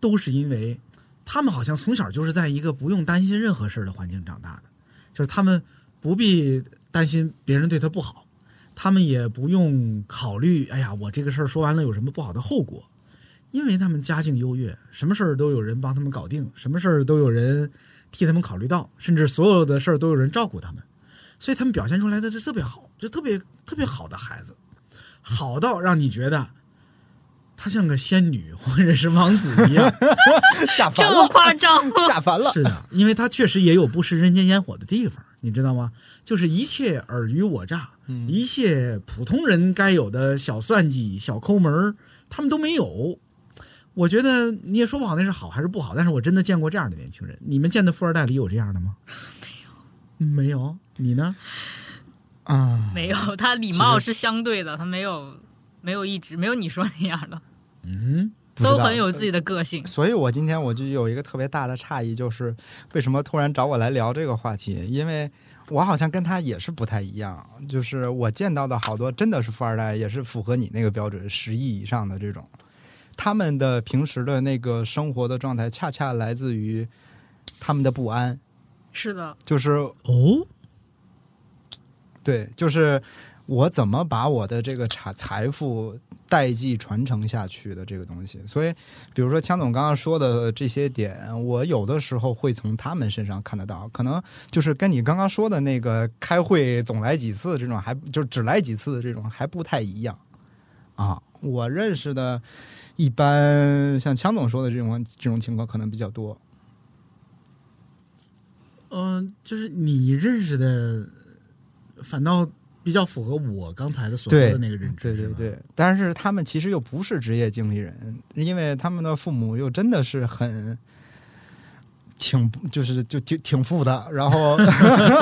E: 都是因为他们好像从小就是在一个不用担心任何事儿的环境长大的，就是他们不必担心别人对他不好，他们也不用考虑，哎呀，我这个事儿说完了有什么不好的后果。因为他们家境优越，什么事儿都有人帮他们搞定，什么事儿都有人替他们考虑到，甚至所有的事儿都有人照顾他们，所以他们表现出来的就特别好，就特别特别好的孩子，好到让你觉得他像个仙女或者是王子一 样。
G: 下
F: 这
G: 凡
F: 么
G: 了，
F: 夸张 吗？
G: 下凡了。
E: 是的，因为他确实也有不食人间烟火的地方，你知道吗？就是一切尔虞我诈，
G: 嗯
E: 一切普通人该有的小算计、小抠门儿，他们都没有。我觉得你也说不好那是好还是不好，但是我真的见过这样的年轻人。你们见的富二代里有这样的 吗？没有，没有。你呢？
G: 啊、
F: 没有，他礼貌是相对的，他没有没有一直没有你说那样的，
E: 嗯，
G: 不知道
F: 都很有自己的个性。
G: 所以我今天我就有一个特别大的诧异，就是为什么突然找我来聊这个话题？因为我好像跟他也是不太一样，就是我见到的好多真的是富二代，也是符合你那个标准，十亿以上的这种，他们的平时的那个生活的状态，恰恰来自于他们的不安，
F: 是的，
G: 就是
E: 哦，
G: 对，就是我怎么把我的这个财财富代际传承下去的这个东西。所以，比如说强总刚刚说的这些点，我有的时候会从他们身上看得到，可能就是跟你刚刚说的那个开会总来几次这种还，就只来几次的这种还不太一样啊。我认识的，一般像强总说的这种这种情况可能比较多。
E: 嗯、就是你认识的，反倒比较符合我刚才的所说
G: 对
E: 的那个认知，
G: 对对
E: 是吧，
G: 对，但是他们其实又不是职业经理人，因为他们的父母又真的是很挺，就是就挺挺富的，然后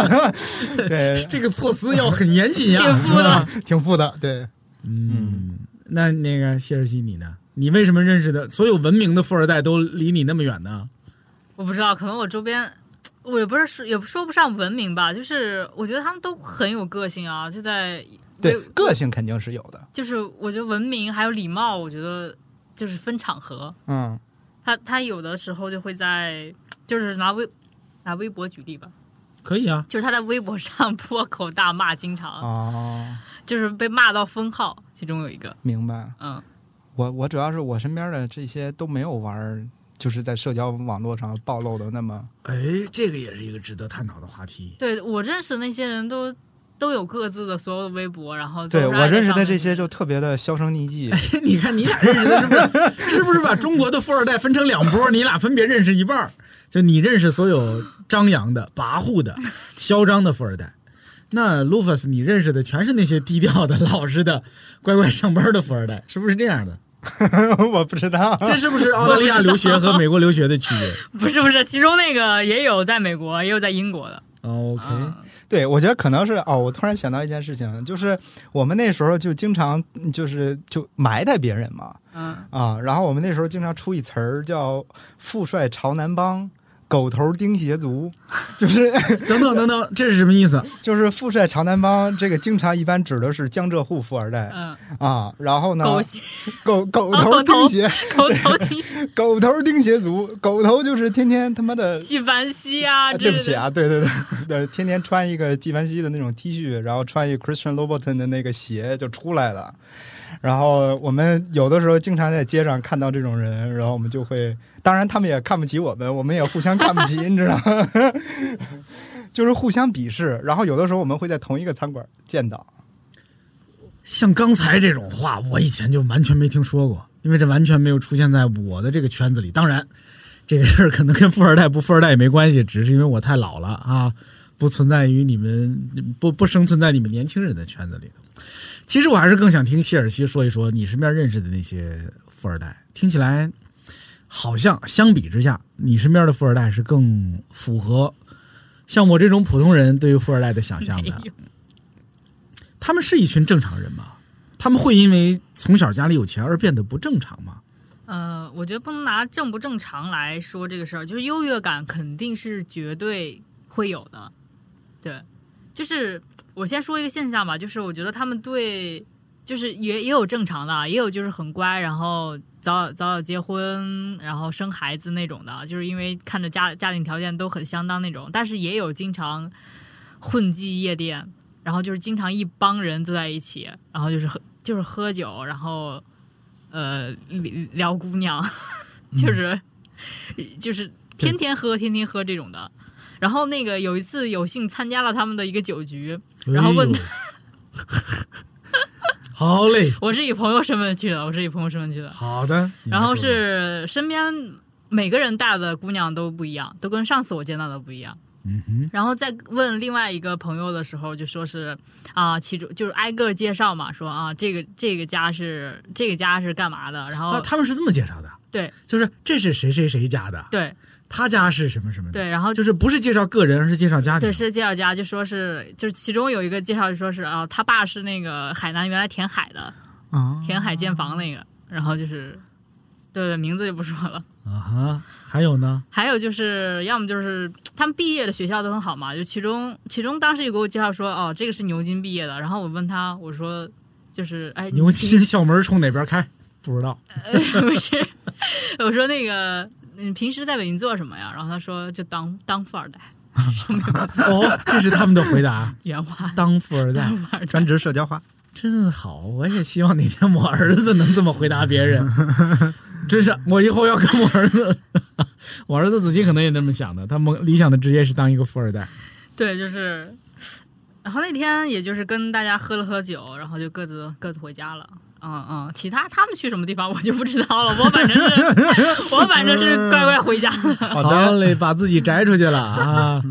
G: 对
E: 这个措辞要很严谨呀、
F: 富的，
G: 挺富的，对，
E: 嗯，那那个谢尔西你呢？你为什么认识的所有文明的富二代都离你那么远呢？
F: 我不知道，可能我周边，我也不是说也说不上文明吧，就是我觉得他们都很有个性啊，就在
G: 对，个性肯定是有的，
F: 就是我觉得文明还有礼貌，我觉得就是分场合，
G: 嗯
F: 他他有的时候就会在，就是拿微拿微博举例吧，
E: 可以啊，
F: 就是他在微博上破口大骂，经常、
G: 哦，
F: 就是被骂到封号，其中有一个，
G: 明白。
F: 嗯，
G: 我我主要是我身边的这些都没有玩儿，就是在社交网络上暴露的那么，
E: 哎，这个也是一个值得探讨的话题。
F: 对我认识那些人都都有各自的所有的微博，然后都
G: 对
F: 是
G: 我
F: 爱在
G: 认识
F: 上
G: 的
F: 面
G: 这些就特别的销声 匿迹。
E: 你看你俩认识的是不是 是不是把中国的富二代分成两波？你俩分别认识一半儿，就你认识所有张扬的、跋扈的、嚣张的富二代。那 Lufus，你认识的全是那些低调的、老实的、乖乖上班的富二代，是不是这样的？
G: 我不知道，
E: 这是不是澳大利亚留学和美国留学的区别
F: 不是不是，其中那个也有在美国，也有在英国的。
E: 哦？OK，、
F: 嗯
G: 对，我觉得可能是哦，我突然想到一件事情，就是我们那时候就经常嗯就是就埋汰别人嘛，
F: 嗯，
G: 啊，然后我们那时候经常出一词儿叫“富帅朝南帮”。狗头钉鞋族，就是
E: 等等等等，这是什么意思？
G: 就是富帅朝南帮，这个经常一般指的是江浙沪富二代
F: 嗯，
G: 啊。然后呢，
F: 狗血
G: 狗狗
F: 啊
G: 头
F: 狗头
G: 钉鞋，
F: 头头挺
G: 狗头钉鞋族，狗头就是天天他妈的
F: 纪梵希啊，
G: 啊
F: 之
G: 对不
F: 类
G: 起
F: 的，
G: 啊，对对对对，天天穿一个纪梵希的那种 T 恤，然后穿一个 Christian Louboutin 的那个鞋就出来了。然后我们有的时候经常在街上看到这种人，然后我们就会，当然他们也看不起我们，我们也互相看不起，你知道吗？ 就是互相鄙视。然后有的时候我们会在同一个餐馆见到。
E: 像刚才这种话，我以前就完全没听说过，因为这完全没有出现在我的这个圈子里。当然，这个事儿可能跟富二代不富二代也没关系，只是因为我太老了啊，不存在于你们不不生存在你们年轻人的圈子里头。其实我还是更想听谢尔西说一说你身边认识的那些富二代，听起来好像相比之下，你身边的富二代是更符合像我这种普通人对于富二代的想象的。他们是一群正常人吗？他们会因为从小家里有钱而变得不正常吗？
F: 呃，我觉得不能拿正不正常来说这个事儿，就是优越感肯定是绝对会有的。对，就是我先说一个现象吧，就是我觉得他们对，就是也也有正常的啊，也有就是很乖，然后早早早结婚，然后生孩子那种的，啊就是因为看着家家庭条件都很相当那种，但是也有经常混迹夜店，然后就是经常一帮人坐在一起，然后就是喝就是喝酒，然后呃聊聊姑娘，
E: 嗯
F: 就是、就是天天喝天天喝这种的。然后那个有一次有幸参加了他们的一个酒局，然后问
E: 哎呦， 好嘞，
F: 我是以朋友身份去的，我是以朋友身份去的。
E: 好的。你来
F: 然后
E: 说吧，
F: 是身边每个人带的姑娘都不一样，都跟上次我见到的不一样。
E: 嗯哼，
F: 然后再问另外一个朋友的时候，就说是啊，其中就是挨个介绍嘛，说啊，这个这个家是这个家是干嘛的，然后、
E: 啊，他们是这么介绍的，
F: 哦对
E: 就是这是谁谁谁家的，
F: 对
E: 他家是什么什么的，
F: 对，然后
E: 就是不是介绍个人，而是介绍家庭。
F: 对，是介绍家，就说是，就是其中有一个介绍就说是啊，他爸是那个海南原来填海的，
E: 哦
G: 啊，
F: 填海建房那个，然后就是，对对，名字就不说了。
E: 啊哈，还有呢，
F: 还有就是，要么就是他们毕业的学校都很好嘛，就其中其中当时有给我介绍说，哦，这个是牛津毕业的，然后我问他，我说就是哎，
E: 牛津
F: 你
E: 校门冲哪边开？不知道。
F: 不是，嗯我说那个你平时在北京做什么呀？然后他说就当当富二代，，
E: 哦，这是他们的回答
F: 原话。
E: 当富二代
G: 专职社交化，
E: 真好，我也希望哪天我儿子能这么回答别人。真是，我以后要跟我儿子， 我儿子自己可能也那么想的，他梦理想的职业是当一个富二代。
F: 对，就是，然后那天也就是跟大家喝了喝酒，然后就各自各自回家了。嗯嗯，其他他们去什么地方我就不知道了，我反正是我反正是乖乖回家了。
G: 好
E: 好
G: 的，嗯
E: 嘞，把自己摘出去了啊！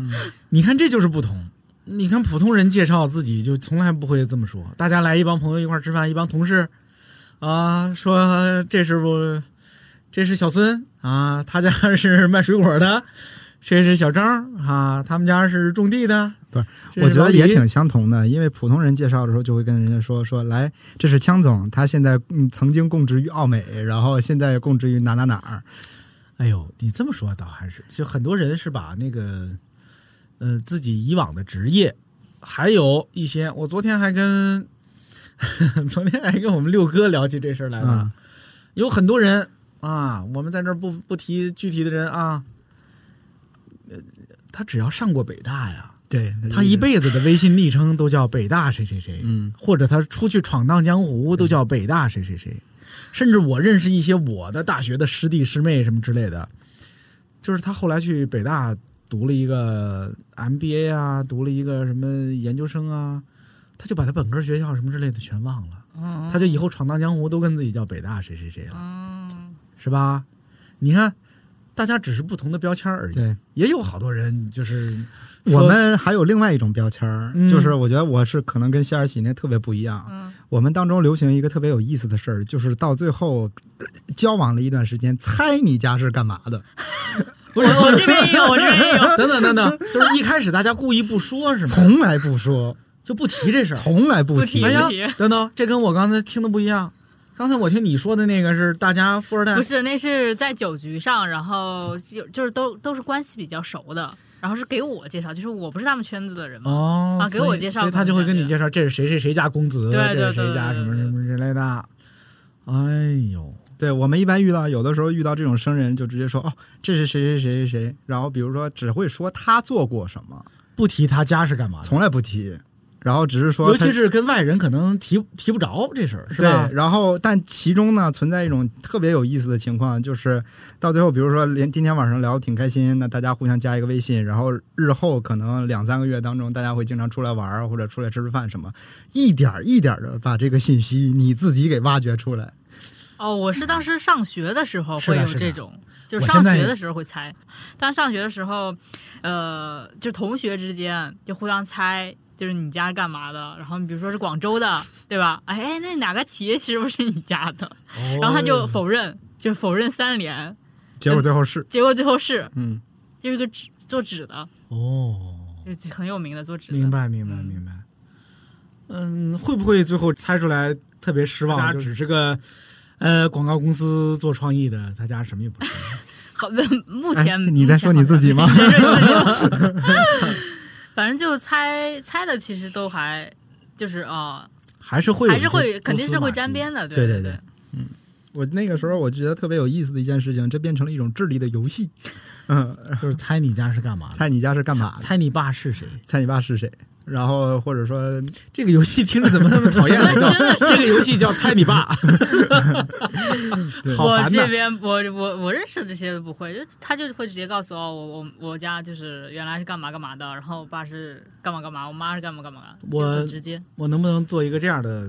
E: 你看这就是不同。你看普通人介绍自己就从来不会这么说，大家来一帮朋友一块儿吃饭，一帮同事啊，说这是不这是小孙啊，他家是卖水果的，这是小张啊，他们家是种地的。
G: 不是
E: 这
G: 我觉
E: 老
G: 得
E: 李
G: 也挺相同的，因为普通人介绍的时候就会跟人家说说，来，这是枪总，他现在嗯曾经供职于奥美，然后现在供职于哪哪哪儿，
E: 哎呦，你这么说倒还是，就很多人是把那个，呃，自己以往的职业，还有一些，我昨天还跟， 昨天还跟我们六哥聊起这事儿来了。
G: 嗯
E: 有很多人啊，我们在这儿不不提具体的人啊，呃，他只要上过北大呀，
G: 对
E: 他一辈子的微信昵称都叫北大谁谁谁，
G: 嗯，
E: 或者他出去闯荡江湖都叫北大谁谁谁，甚至我认识一些我的大学的师弟师妹什么之类的，就是他后来去北大读了一个 MBA 啊，读了一个什么研究生啊，他就把他本科学校什么之类的全忘了，
F: 嗯
E: 他就以后闯荡江湖都跟自己叫北大谁谁谁了，
F: 嗯，
E: 是吧？你看，大家只是不同的标签而已，
G: 对。
E: 也有好多人就是
G: 我
E: 说
G: 们还有另外一种标签儿，
E: 嗯
G: 就是我觉得我是可能跟谢尔喜那特别不一样。我们当中流行一个特别有意思的事儿，就是到最后呃交往了一段时间，猜你家是干嘛的。
F: 我我这边也有，我这 边也有。
E: 等等等等，就是一开始大家故意不说，是吗？
G: 从来不说，
E: 就不提这事儿。
G: 从来不提。
F: 不
E: 哎
F: 提
E: 呀
F: 不提，
E: 等等，这跟我刚才听的不一样。刚才我听你说的那个是大家富二代
F: 不，是，那是在酒局上，然后就就是都都是关系比较熟的，然后是给我介绍，就是我不是他们圈子的人嘛。
E: 哦
F: 啊给
E: 所以
F: 我介绍
E: 所以他就会跟你介绍这是谁谁谁家公子，
F: 对对
E: 这是谁
F: 对
E: 家
F: 对
E: 什
F: 对
E: 么
F: 对
E: 什么之类的。哎呦，
G: 对我们一般遇到有的时候遇到这种生人，就直接说哦，这是谁谁谁谁谁，然后比如说只会说他做过什么，
E: 不提他家是干嘛的？
G: 从来不提，然后只是说
E: 尤
G: 他
E: 其是跟外人可能提提不着这事儿，是
G: 对
E: 吧，？
G: 然后但其中呢存在一种特别有意思的情况，就是到最后，比如说连今天晚上聊的挺开心，那大家互相加一个微信，然后日后可能两三个月当中，大家会经常出来玩儿或者出来吃吃饭什么，一点儿一点的把这个信息你自己给挖掘出来。
F: 哦，我是当时上学的时候
E: 是
F: 会
E: 的
F: 有
E: 是的
F: 这种，就
E: 我
F: 是上
E: 现在
F: 学的时候会猜。当上学的时候，呃，就同学之间就互相猜，就是你家是干嘛的？然后你比如说是广州的，对吧？哎，那哪个企业是不是你家的？
E: 哦
F: 然后他就否认，就否认三连，
G: 结果最后是，
F: 结果最后是
G: 嗯，
F: 就是个纸做纸的，
E: 哦，
F: 就很有名的做纸的。
E: 明白，明白，明白。嗯，会不会最后猜出来特别失望？
G: 大家
E: 就只是个呃广告公司做创意的，他家什么也不 是。
F: 好，目
G: 哎
F: 前、，
G: 你在说你自己吗？
F: 目前好像？ 反正就猜猜的，其实都还就是啊、
E: 还是会有
F: 还是
E: 一些
F: 会肯
E: 蛛
F: 定
E: 丝
F: 是会
E: 马迹
F: 沾。边的，对
G: 对
F: 对
G: 对对我那个时候我觉得特别有意思的一件事情，这变成了一种智力的游戏。嗯，
E: 就是猜你家是干嘛的，
G: 猜你家是干嘛的？
E: 猜你爸是谁。
G: 猜你爸是谁？然后或者说
E: 这个游戏听着怎么那么讨厌 呢？叫 这个游戏叫猜你爸，好
F: 我
E: 烦
F: 这
E: 呐！
F: 边我我我认识这些都不会，就他就会直接告诉我，我我我家就是原来是干嘛干嘛的，然后我爸是干嘛干嘛，我妈是干嘛干嘛的，
E: 我
F: 就很直接
E: 我能不能做一个这样的？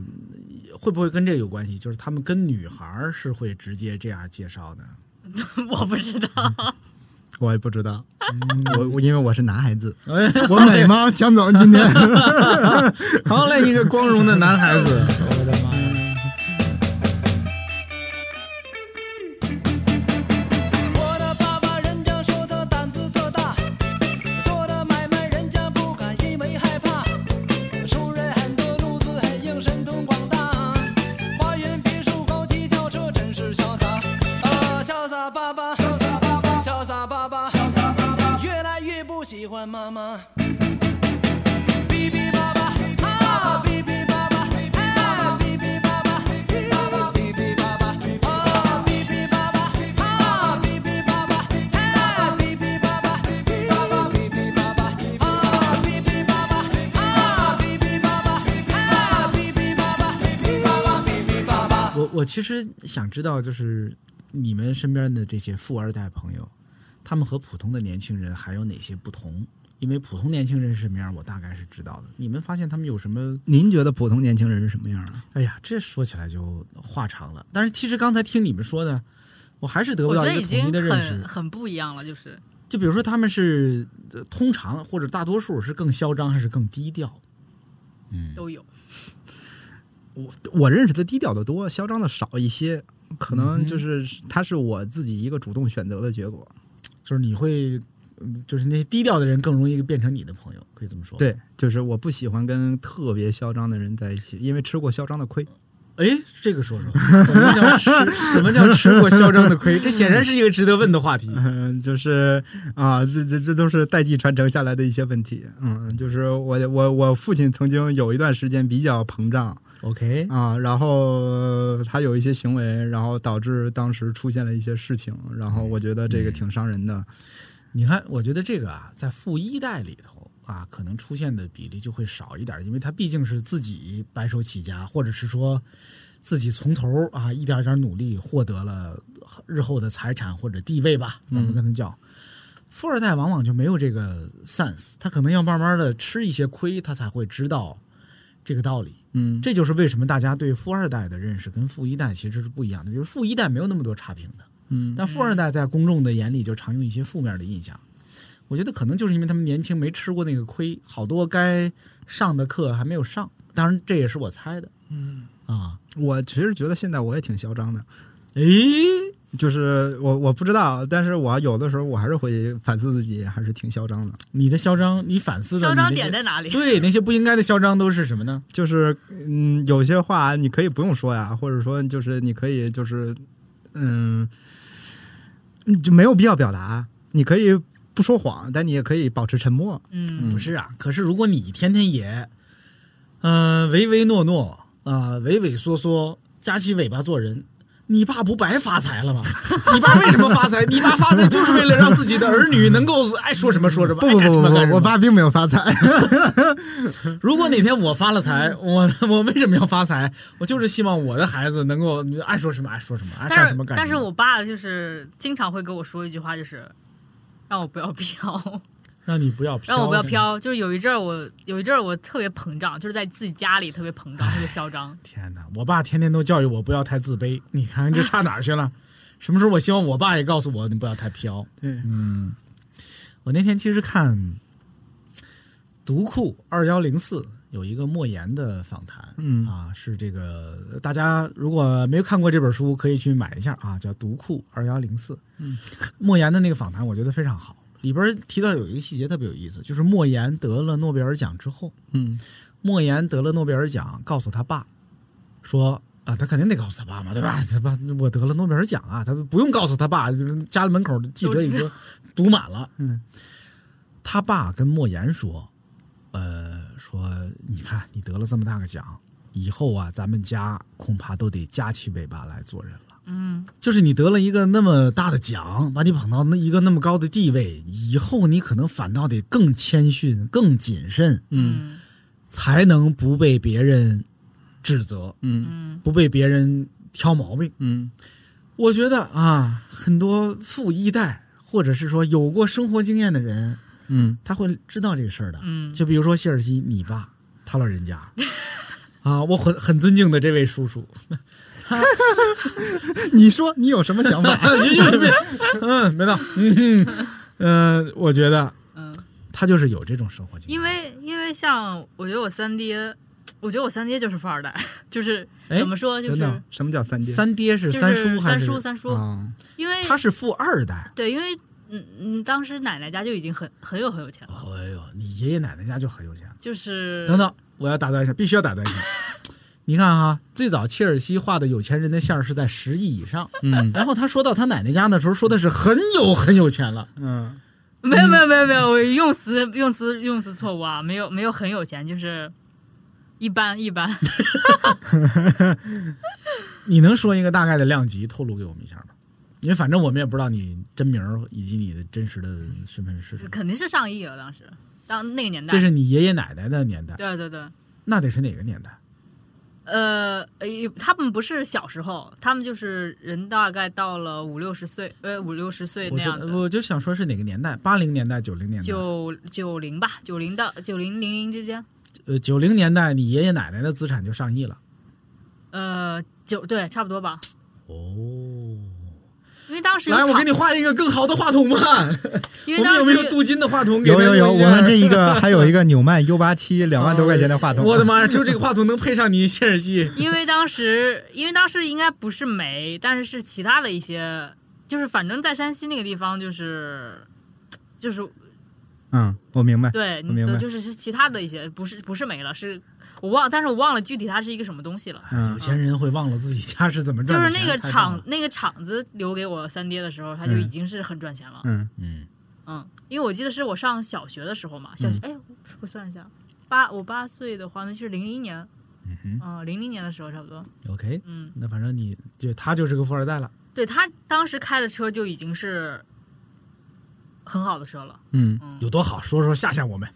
E: 会不会跟这个有关系？就是他们跟女孩儿是会直接这样介 绍的。
F: 我不知道，
G: 我也不 知道，嗯我我因为我是男孩子，
E: 哎
G: 我美吗？强总今天
E: 好嘞，一个光荣的男孩子，我的妈呀！
I: 我的爸爸人家说他胆子特大，做的买卖人家不敢因为害怕。熟人很多，路子很硬，神通广大。花园别墅高级轿车，真是潇洒啊！潇洒爸爸，潇洒爸爸，潇洒爸爸，潇洒爸爸，越来越不喜欢妈妈。哔哔叭叭，啊，哔哔叭叭，啊，哔哔叭叭，哔哔叭叭，啊，哔哔叭叭，Ah, 啊，哔哔叭叭，啊，哔哔叭叭，哔哔叭叭，Ah, Ah,
E: 其实想知道，就是你们身边的这些富二代朋友，他们和普通的年轻人还有哪些不同？因为普通年轻人是什么样，我大概是知道的。你们发现他们有什么？
G: 您觉得普通年轻人是什么样啊？
E: 哎呀，这说起来就话长了。但是其实刚才听你们说的，我还是得不
F: 我觉
E: 到
F: 得
E: 一
F: 已
E: 个统一
F: 经
E: 的认识
F: 很。很不一样了，就是
E: 就比如说他们是呃通常或者大多数是更嚣张还是更低调？
G: 嗯
F: 都有。
G: 我认识的低调的多，嚣张的少一些，可能就是他是我自己一个主动选择的结果。
E: 就是你会，嗯就是那些低调的人更容易变成你的朋友，可以这么说。，
G: 对，就是我不喜欢跟特别嚣张的人在一起，因为吃过嚣张的亏。
E: 哎，这个说说，怎么叫吃？怎么叫吃过嚣张的亏？这显然是一个值得问的话题。
G: 嗯， 就是啊，这这这都是代际传承下来的一些问题。嗯，就是我我我父亲曾经有一段时间比较膨胀
E: OK，
G: 啊，然后呃他有一些行为，然后导致当时出现了一些事情，然后嗯我觉得这个挺伤人的。
E: 你看，我觉得这个啊，在富一代里头啊，可能出现的比例就会少一点，因为他毕竟是自己白手起家，或者是说自己从头儿啊一点儿一点儿努力获得了日后的财产或者地位吧，咱们跟他叫。富二代往往就没有这个 sense，他可能要慢慢的吃一些亏，他才会知道这个道理。
G: 嗯，
E: 这就是为什么大家对富二代的认识跟富一代其实是不一样的，就是富一代没有那么多差评的，
G: 嗯，
E: 但富二代在公众的眼里就常用一些负面的印象。我觉得可能就是因为他们年轻没吃过那个亏，好多该上的课还没有上，当然这也是我猜的，嗯啊，
G: 我其实觉得现在我也挺嚣张的，
E: 诶，
G: 就是我我不知道，啊但是我有的时候我还是会反思自己，还是挺嚣张的。
E: 你的嚣张，你反思的
F: 嚣张点
E: 你那
F: 在哪里
E: 些？对那些不应该的嚣张都是什么呢？
G: 就是嗯，有些话你可以不用说呀，或者说就是你可以就是嗯，嗯就没有必要表达。你可以不说谎，但你也可以保持沉默。
F: 嗯，
E: 不是啊，可是如果你天天也，呃，唯唯诺诺啊、畏畏缩缩，夹起尾巴做人，你爸不白发财 了吗？你爸为什么发财？你爸发财就是为了让自己的儿女能够爱说什么说什么，
G: 不
E: 爱
G: 不
E: 干什
G: 不
E: 么
G: 不
E: 干什
G: 不，
E: 么。
G: 我爸并没有发财。
E: 如果哪天我发了财，我 我为什么要发财？我就是希望我的孩子能够爱说什么爱说什么，爱干
F: 但
E: 啊什么
F: 是
E: 干什么。
F: 但是我爸就是经常会跟我说一句话，就是让我不 要飘，
E: 让你不要飘，
F: 让我不要。飘。就是有一阵儿我有一阵儿我特别膨胀，就是在自己家里特别膨 胀，特别嚣张。
E: 天哪！我爸天天都教育我不要太自卑，你看这差哪儿去 了？什么时候我希望我爸也告诉我你不要太飘？
G: 对
E: 嗯，我那天其实看读库二幺零四有一个莫言的访谈，
G: 嗯
E: 啊，是这个大家如果没有看过这本书，可以去买一下啊，叫《读库二幺零四》。嗯，莫言的那个访谈我觉得非常好，里边提到有一个细节特别有意思，就是莫言得了诺贝尔奖之后，
G: 嗯
E: 莫言得了诺贝尔奖，告诉他爸说啊，他肯定得告诉他爸嘛，对吧？他爸，我得了诺贝尔奖啊，他不用告诉他爸，就是家里门口的记者已经堵满了。
G: 嗯，
E: 他爸跟莫言说，呃，说你看你得了这么大个奖，以后啊，咱们家恐怕都得夹起尾巴来做人了。
F: 嗯，
E: 就是你得了一个那么大的奖，把你捧到那一个那么高的地位，以后你可能反倒得更谦逊、更谨慎，
G: 嗯
F: 嗯
E: 才能不被别人指责，
G: 嗯
F: 嗯，
E: 不被别人挑毛病。
G: 嗯
E: 我觉得啊，很多富一代或者是说有过生活经验的人，
G: 嗯
E: 他会知道这个事儿的。
F: 嗯
E: 就比如说谢尔西，你爸，他老人家 啊，我很很尊敬的这位叔叔，
G: 你说你有什么 想法？
E: 嗯，没闹，嗯哼，呃，我觉得
F: 嗯，
E: 他就是有这种生活经验。
F: 因为因为像我觉得我三爹，我觉得我三爹就是富二代， 就是
E: 哎
F: 怎么说就
E: 真的
F: 是
G: 什么叫三爹？
E: 三爹
F: 就是是
E: 叔还
F: 三
E: 是
F: 叔三叔，
G: 啊，
F: 因为
E: 他是富二代。
F: 对，因为嗯嗯，当时奶奶家就已经很很有很有钱了，
E: 哎呦，你爷爷奶奶家就很有钱。
F: 就是
E: 等等，我要打断一下，必须要打断一 下。你看哈，最早切尔西画的有钱人的线儿是在十亿以上，
G: 嗯
E: 然后他说到他奶奶家的时候，说的是很有很有钱了。
G: 嗯
F: 没有没有没有没有，我用词用词用词错误啊，没有没有很有钱，就是一般一般。
E: 你能说一个大概的量级透露给我们一下吗？因为反正我们也不知道你真名儿以及你的真实的身份是什么。
F: 肯定是上亿了，当时当那个年代，
E: 这是你爷爷奶奶的年代，
F: 对对对，
E: 那得是哪个年代？
F: 呃，呃他们不是小时候，他们就是人大概到了五六十岁，呃，五六十岁
E: 我
F: 那
E: 就
F: 样子，
E: 我就想说是哪个年代，八零年代、九零年代，
F: 九九零吧，九零到九零零零之间，
E: 呃，九零年代你爷爷奶奶的资产就上亿了。
F: 呃，九对，差不多吧，
E: 哦，
F: 因为当时有
E: 来，我
F: 厂
E: 给你画一个更好的话筒吧。
F: 因为
E: 我们
F: 当
E: 有
F: 时
E: 没有镀金的话筒给
G: 有
E: 他
G: 有有，
E: 弄一
G: 我
E: 下
G: 们这一 个还有一个纽曼 U 八七两万多块钱的 话筒，
E: 我的妈呀！只有这个话筒能配上你切尔西。
F: 因为当时，因为当时应该不是煤，但是是其他的一些，就是反正在山西那个地方，就是就是
G: 嗯，我明白，
F: 对，
G: 我明白
F: 对就是是其他的一些，不是不是煤了，是我忘，但是我忘了具体它是一个什么东西了。
E: 哎
G: 嗯
E: 有钱人会忘了自己家是怎么
F: 就
E: 赚的
F: 是
E: 钱。
F: 那个
E: 太棒
F: 厂
E: 了，
F: 那个厂子留给我三爹的时候，他就
G: 嗯
F: 已经是很赚钱了。
G: 嗯，嗯
E: 嗯，
F: 嗯，因为我记得是我上小学的时候嘛，小学哎，我算一下，八我八岁的话，那是零零年，
E: 嗯
F: 嗯，零零年的时候差不多，
E: ，OK，
F: 嗯，
E: 那反正你就他就是个富二代了。
F: 对他当时开的车就已经是很好的车了。
G: 嗯，
E: 有多好，说说吓吓我们。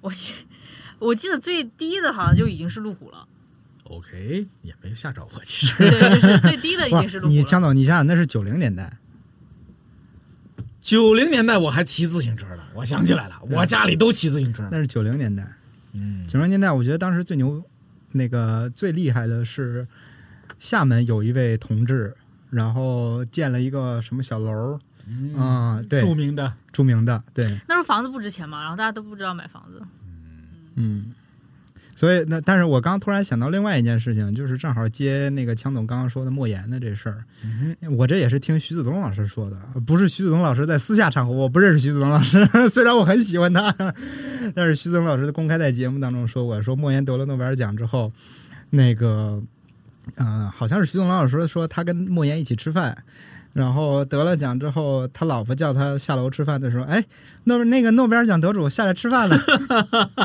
F: 我记我记得最低的好像就已经是路虎了，
E: OK，也没吓着我，其实。
F: 对，就是最低的已经是 路虎
G: 你
F: 了。
G: 江总，你想想那是九零年代，
E: 九零年代我还骑自行车呢，我想起来了，我家里都骑自行车。
G: 那是九零年代，
E: 嗯，
G: 九零年代，我觉得当时最牛，那个最厉害的是厦门有一位同志，然后建了一个什么小楼儿
F: 嗯
E: 嗯
G: 啊、对，
E: 著名的
G: 著名的，对，
F: 那时候房子不值钱嘛，然后大家都不知道买房子。
G: 嗯。所以那，但是我刚突然想到另外一件事情，就是正好接那个强总刚刚说的莫言的这事儿，我这也是听徐子东老师说的，不是徐子东老师在私下场合，我不认识徐子东老师， 虽然我很喜欢他，但是徐子东老师公开在节目当中说过，说莫言得了诺贝尔奖之后，那个，嗯、好像是徐子东老师说他跟莫言一起吃饭，然后得了奖之后，他老婆叫他下楼吃饭的时候，哎，诺那个诺贝尔奖得主下来吃饭了，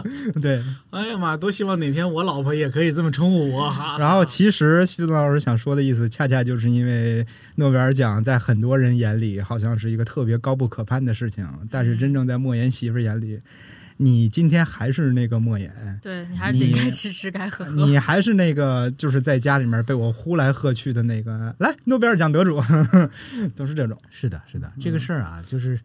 G: 对，
E: 哎呀妈，多希望哪天我老婆也可以这么称呼我哈。
G: 然后其实徐子老师想说的意思，恰恰就是因为诺贝尔奖在很多人眼里好像是一个特别高不可攀的事情，但
E: 嗯
G: 是真正在莫言媳妇儿眼里，你今天还是那个莫言。
F: 对你还是得
G: 你
F: 该吃吃该喝喝。
G: 你还是那个，就是在家里面被我呼来喝去的那个，来诺贝尔奖得主， 都是这种。
E: 是的，是的，这
G: 嗯
E: 个事儿啊，就是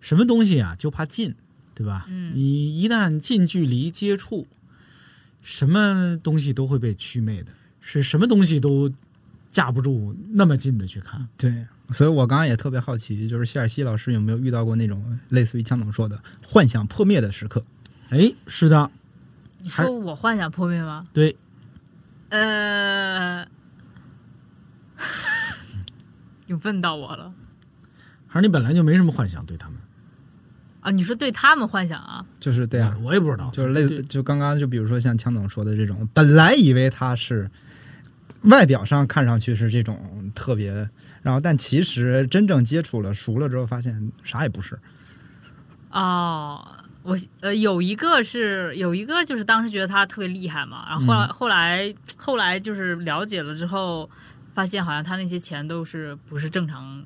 E: 什么东西啊，就怕近，对吧？
F: 嗯
E: 你一旦近距离接触，什么东西都会被祛魅的，是什么东西都架不住那么近的去看。
G: 对，所以我刚刚也特别好奇，就是谢尔西老师有没有遇到过那种类似于江总说的幻想破灭的时刻？
E: 哎，是的，
F: 你说我幻想破灭吗？
E: 对，
F: 呃， 你问到我了
E: 还是你本来就没什么幻想对他们。
F: 啊！你说对他们幻想啊？
G: 就是对啊，
E: 我也不知道，
G: 就是类
E: 哦对
G: 似，就刚刚就比如说像强总说的这种，本来以为他是外表上看上去是这种特别，然后但其实真正接触了熟了之后，发现啥也不是。
F: 哦，我呃有一个是有一个就是当时觉得他特别厉害嘛，然后后来、后来后来就是了解了之后，发现好像他那些钱都是不是正常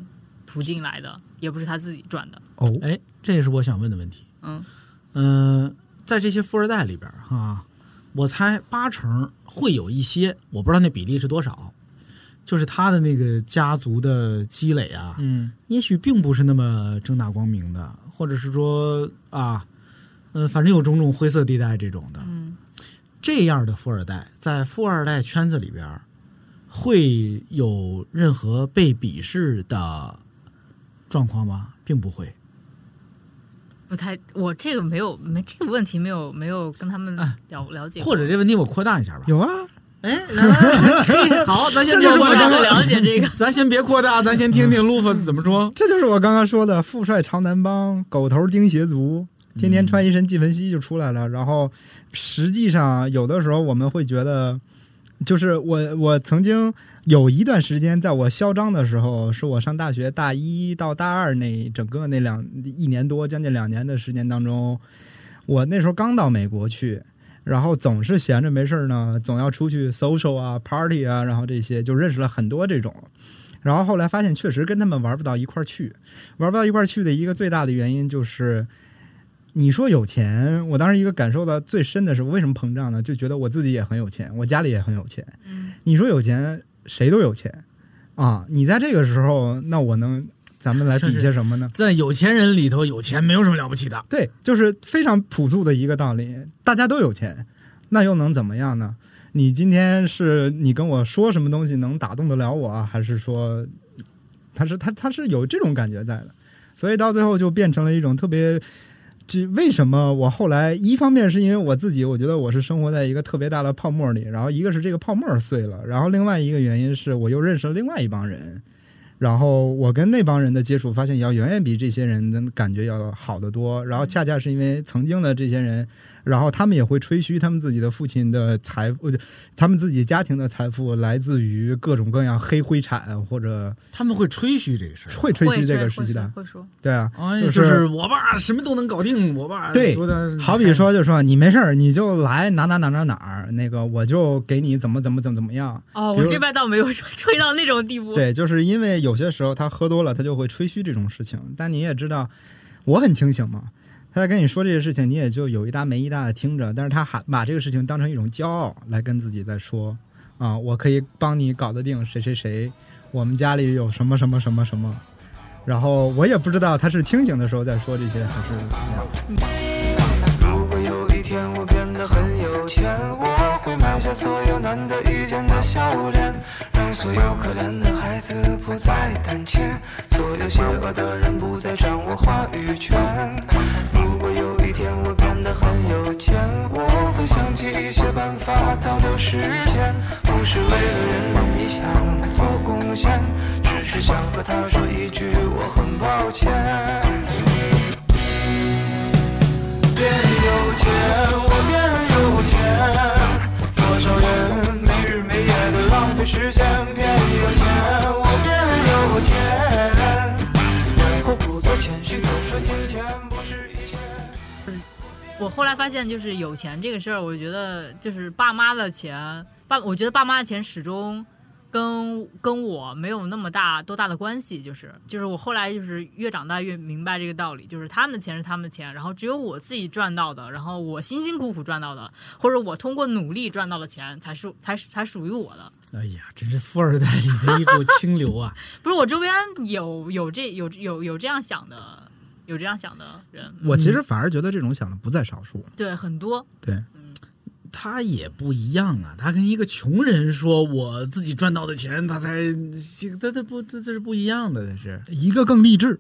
F: 途径来的，也不是他自己赚的。
G: 哦，
E: 哎，这也是我想问的问题。
F: 嗯
E: 嗯，在这些富二代里边儿哈、我猜八成会有一些，我不知道那比例是多少，就是他的那个家族的积累啊，
G: 嗯
E: 也许并不是那么正大光明的，或者是说啊，嗯、反正有种种灰色地带这种的。
F: 嗯，
E: 这样的富二代在富二代圈子里边儿会有任何被鄙视的状况吗？并不会。
F: 不太，我这个没有没这个问题没有没有跟他们
E: 哎
F: 了了解过，
E: 或者这问题我扩大一下吧。
G: 有啊，
E: 哎，来好，咱先
G: 这就是
E: 我
F: 我想
G: 刚刚
F: 了解这个。
E: 咱先别扩大，咱先听听路夫怎么说。
G: 这就是我刚刚说的富帅朝南帮，狗头钉鞋足，天天穿一身纪梵希就出来了。然后实际上有的时候我们会觉得，就是我我曾经有一段时间，在我嚣张的时候，是我上大学大一到大二那整个那两一年多将近两年的时间当中，我那时候刚到美国去。然后总是闲着没事儿呢，总要出去 social 啊、party 啊，然后这些就认识了很多这种。然后后来发现确实跟他们玩不到一块儿去，玩不到一块儿去的一个最大的原因就是，你说有钱，我当时一个感受到最深的是，我为什么膨胀呢？就觉得我自己也很有钱，我家里也很有钱。你说有钱，谁都有钱啊！你在这个时候，那我能咱们来比一些什么呢？
E: 在有钱人里头，有钱没有什么了不起的。
G: 对，就是非常朴素的一个道理，大家都有钱，那又能怎么样呢？你今天是你跟我说什么东西能打动得了我啊，还是说他是他他是有这种感觉在的？所以到最后就变成了一种特别，这为什么我后来一方面是因为我自己，我觉得我是生活在一个特别大的泡沫里，然后一个是这个泡沫碎了，然后另外一个原因是我又认识了另外一帮人，然后我跟那帮人的接触，发现要远远比这些人的感觉要好得多。然后恰恰是因为曾经的这些人，然后他们也会吹嘘他们自己的父亲的财富，呃他们自己家庭的财富来自于各种各样黑灰产或者
E: 他们会吹嘘这个事儿，
G: 会 吹
F: 会
G: 嘘这
F: 说
G: 个时期的，
F: 会说，
G: 对啊，
E: 哎，
G: 就
E: 就是是我爸什么都能搞定，我爸
G: 对
E: 说的
G: 好比说，就说你没事儿，你就来哪哪哪哪哪儿，那个我就给你怎么怎么怎么怎么样。
F: 哦，
G: 比
F: 我
G: 如
F: 这边倒没有说吹到那种地步。
G: 对，就是因为有些时候他喝多了，他就会吹嘘这种事情。但你也知道，我很清醒嘛，他在跟你说这些事情，你也就有一搭没一搭的听着。但是他还把这个事情当成一种骄傲来跟自己在说啊、我可以帮你搞得定谁谁谁，我们家里有什么什么什么什么。然后我也不知道他是清醒的时候在说这些，还是怎么样。
J: 如果有一天我变得很有钱，我会买下所有难得遇见的笑脸，让所有可怜的孩子不再胆怯，所有邪恶的人不再掌握话语权。如果有一天我变得很有钱，我会想起一些办法倒流时间，不是为了人民理想做贡献，只是想和他说一句我很抱歉。变有钱，我变有钱。多少人没日没夜的浪费时间，变有钱，我变有钱。然后故作谦虚地说金钱不是一切。
F: 我后来发现，就是有钱这个事儿，我觉得就是爸妈的钱，爸，我觉得爸妈的钱始终跟跟我没有那么大多大的关系，就是就是我后来就是越长大越明白这个道理，就是他们的钱是他们的钱，然后只有我自己赚到的，然后我辛辛苦苦赚到的，或者我通过努力赚到的钱才是才才属于我的。
E: 哎呀，真是富二代里的一股清流啊！
F: 不是我周边有有这有有有这样想的，有这样想的人，
G: 我其实反而觉得这种想的不在少数。
F: 对很多，
G: 对，
E: 他也不一样啊，他跟一个穷人说我自己赚到的钱，他才这他他不这这是不一样的，这是
G: 一个更励志。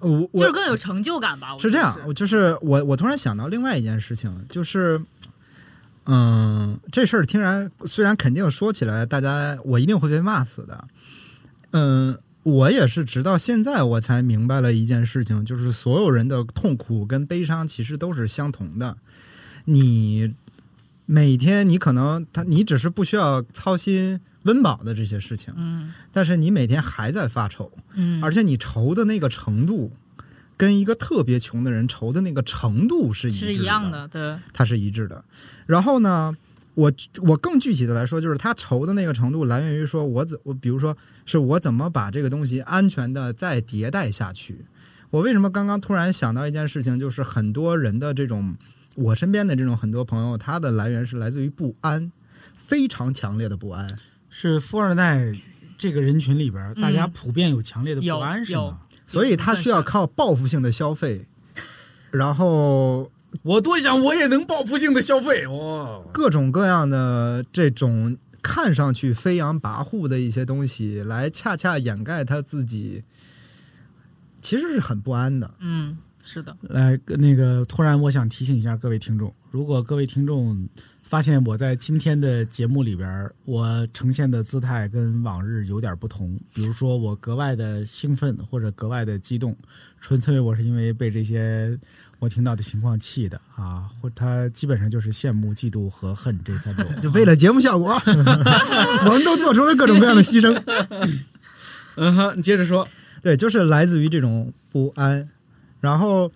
G: 呃我
F: 就是
G: 我
F: 更有成就感吧。我
G: 是这
F: 觉得
G: 样，我就是我我突然想到另外一件事情，就是，嗯，这事儿听然虽然肯定说起来，大家我一定会被骂死的。嗯，我也是直到现在我才明白了一件事情，就是所有人的痛苦跟悲伤其实都是相同的。你每天你可能他你只是不需要操心温饱的这些事情，
F: 嗯
G: 但是你每天还在发愁。
F: 嗯，
G: 而且你愁的那个程度，跟一个特别穷的人愁的那个程度是一致
F: 是一样，的，对。
G: 它是一致的。然后呢，我我更具体的来说，就是他愁的那个程度来源于说我怎我比如说是我怎么把这个东西安全的再迭代下去。我为什么刚刚突然想到一件事情，就是很多人的这种，我身边的这种很多朋友，他的来源是来自于不安，非常强烈的不安。
E: 是富二代这个人群里边儿，大家普遍有强烈的
F: 有
E: 不安，是
F: 有
E: 吗？
G: 所以他需要
F: 算是
G: 靠报复性的消费，然后
E: 我多想我也能报复性的消费哦。
G: 各种各样的这种看上去飞扬跋扈的一些东西，来恰恰掩盖他自己其实是很不 安的。
F: 嗯，是的，
E: 来，那个突然我想提醒一下各位听众，如果各位听众发现我在今天的节目里边儿，我呈现的姿态跟往日有点不同，比如说我格外的兴奋或者格外的激动，纯粹我是因为被这些我听到的情况气的啊， 或他基本上就是羡慕、嫉妒和恨这三种。
G: 就为了节目 效果，我们都做出了各种各样的牺牲。
E: 嗯哼，你接着说，
G: 对，就是来自于这种不安。然后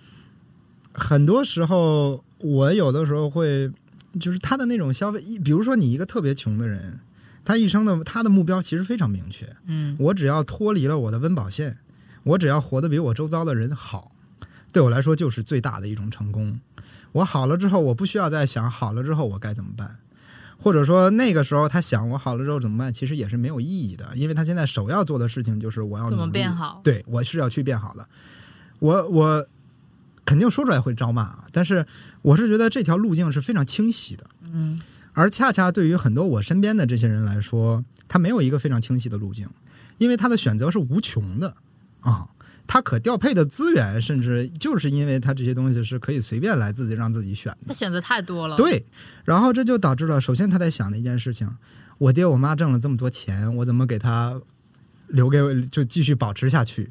G: 很多时候，我有的时候会，就是他的那种消费，一比如说你一个特别穷的人，他一生的他的目标其实非常明确，
F: 嗯
G: 我只要脱离了我的温饱线，我只要活得比我周遭的人好，对我来说就是最大的一种成功。我好了之后，我不需要再想好了之后我该怎么办，或者说那个时候他想我好了之后怎么办，其实也是没有意义的，因为他现在首要做的事情就是我要
F: 怎么
G: 努力
F: 变好
G: 对我是要去变好的。我我肯定说出来会招骂啊，但是我是觉得这条路径是非常清晰的。嗯，而恰恰对于很多我身边的这些人来说，他没有一个非常清晰的路径，因为他的选择是无穷的啊。他可调配的资源，甚至就是因为他这些东西是可以随便来自己让自己选的
F: 他。选择太多了。，
G: 对，然后这就导致了，首先他在想的一件事情：我爹我妈挣了这么多钱，我怎么给他留给就继续保持下去？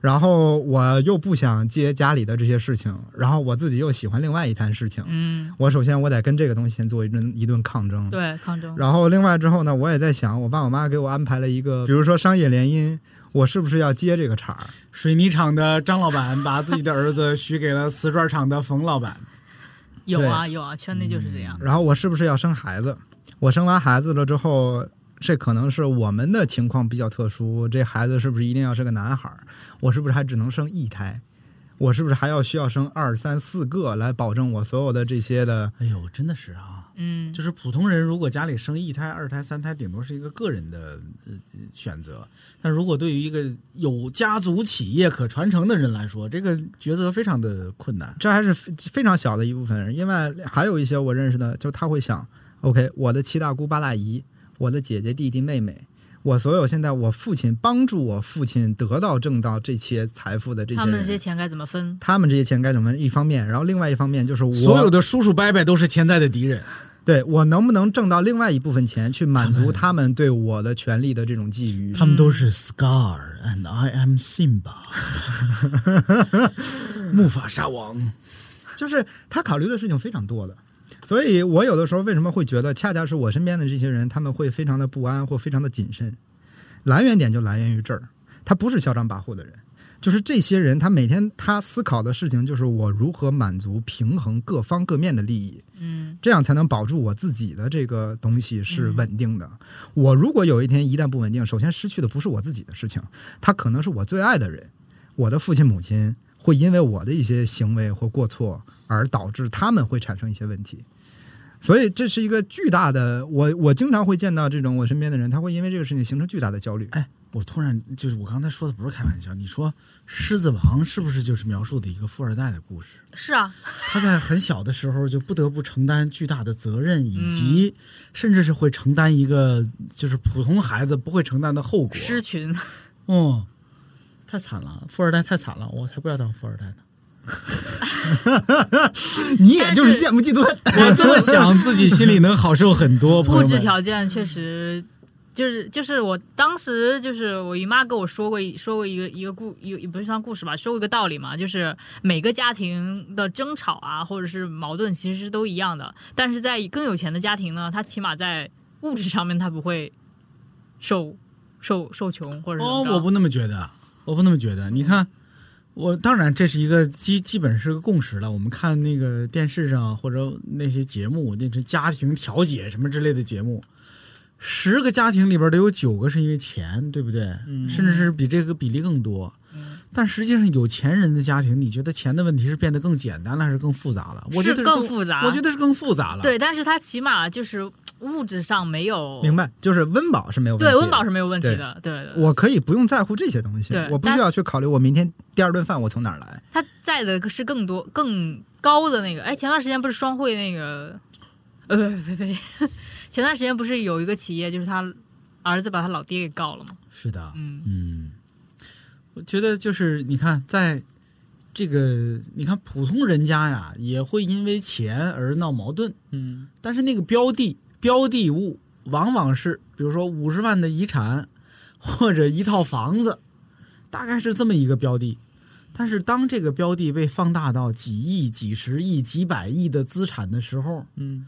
G: 然后我又不想接家里的这些事情，然后我自己又喜欢另外一摊事情。
F: 嗯，
G: 我首先我得跟这个东西先做一顿一顿抗争。
F: 对，抗争。
G: 然后另外之后呢，我也在想，我爸我妈给我安排了一个，比如说商业联姻，我是不是要接这个茬儿？
E: 水泥厂的张老板把自己的儿子许给了瓷砖厂的冯老板，
F: 有啊有啊，圈内就是这样。
G: 然后我是不是要生孩子？我生完孩子了之后，这可能是我们的情况比较特殊，这孩子是不是一定要是个男孩儿？我是不是还只能生一胎？我是不是还要需要生二三四个来保证我所有的这些的？
E: 哎呦，真的是啊，
F: 嗯，
E: 就是普通人如果家里生一胎、二胎、三胎，顶多是一个个人的呃呃选择，但如果对于一个有家族企业可传承的人来说，这个抉择非常的困难。
G: 这还是非非常小的一部分人，因为还有一些我认识的，就他会想，OK，我的七大姑八大姨，我的姐姐弟弟妹妹，我所有现在我父亲帮助我父亲得到挣到这些财富的这些
F: 他
G: 人，
F: 们这些钱该怎么分？
G: 他们这些钱该怎么？一方面，然后另外一方面就是我
E: 所有的叔叔伯伯都是潜在的敌人，
G: 对我能不能挣到另外一部分钱去满足他们对我的权利的这种觊觎？
E: 他们都是 Scar and I am Simba，木法沙王。
G: 就是他考虑的事情非常多的。所以我有的时候为什么会觉得，恰恰是我身边的这些人，他们会非常的不安或非常的谨慎，来源点就来源于这儿，他不是嚣张跋扈的人。就是这些人，他每天他思考的事情就是我如何满足平衡各方各面的利益，
F: 嗯，
G: 这样才能保住我自己的这个东西是稳定的。我如果有一天一旦不稳定，首先失去的不是我自己的事情，他可能是我最爱的人，我的父亲母亲会因为我的一些行为或过错而导致他们会产生一些问题。所以这是一个巨大的，我我经常会见到这种我身边的人，他会因为这个事情形成巨大的焦
F: 呃
G: 虑。
E: 哎，我突然就是我刚才说的不是开玩笑，你说《狮子王》是不是就是描述的一个富二代的故事？
F: 是啊，
E: 他在很小的时候就不得不承担巨大的责任，以及甚至是会承担一个就是普通孩子不会承担的后果。
F: 狮群
E: 嗯，太惨了，富二代太惨了，我才不要当富二代呢。
G: 你也就是
F: 但是
G: 羡慕嫉妒恨。
E: 我这么想，自己心里能好受很 多。哦朋
F: 物
E: 友
F: 质
E: 们，
F: 条件确实。就是就是我当时就是我姨妈跟我说过一说过一个一个故一个也不是算故事吧，说过一个道理嘛，就是每个家庭的争吵啊或者是矛盾其实都一样的，但是在更有钱的家庭呢，他起码在物质上面他不会受受受穷或者
E: 哦，
F: 怎么着
E: 我不那么觉得，我不那么觉得。啊你看，我当然这是一个基基本是个共识了。我们看那个电视上啊或者那些节目，那是家庭调解什么之类的节目，十个家庭里边得有九个是因为钱，对不对？
F: 嗯
E: 甚至是比这个比例更多。但实际上，有钱人的家庭，你觉得钱的问题是变得更简单了，还是更复杂了？我觉
F: 是
E: 得是
F: 更复杂
E: 我觉得是更复杂了。
F: 对，但是他起码就是物质上没有
G: 明白，就是温饱是没有问题的。
F: 对温饱是没有问题的，对对对
G: 我可以不用在乎这些东西
F: 对，
G: 我不需要去考虑我明天第二顿饭我从哪儿来。
F: 他在的是更多更高的那个。哎，前段时间不是双汇那个，呃，呸呸， 前段时间不是有一个企业，就是他儿子把他老爹给告了吗？
E: 是的，
F: 嗯
E: 我觉得就是你看，在这个你看普通人家呀，也会因为钱而闹矛盾，
G: 嗯，
E: 但是那个标的标的物往往是，比如说五十万的遗产或者一套房子，大概是这么一个标的。但是当这个标的被放大到几亿、几十亿、几百亿的资产的时候，
G: 嗯，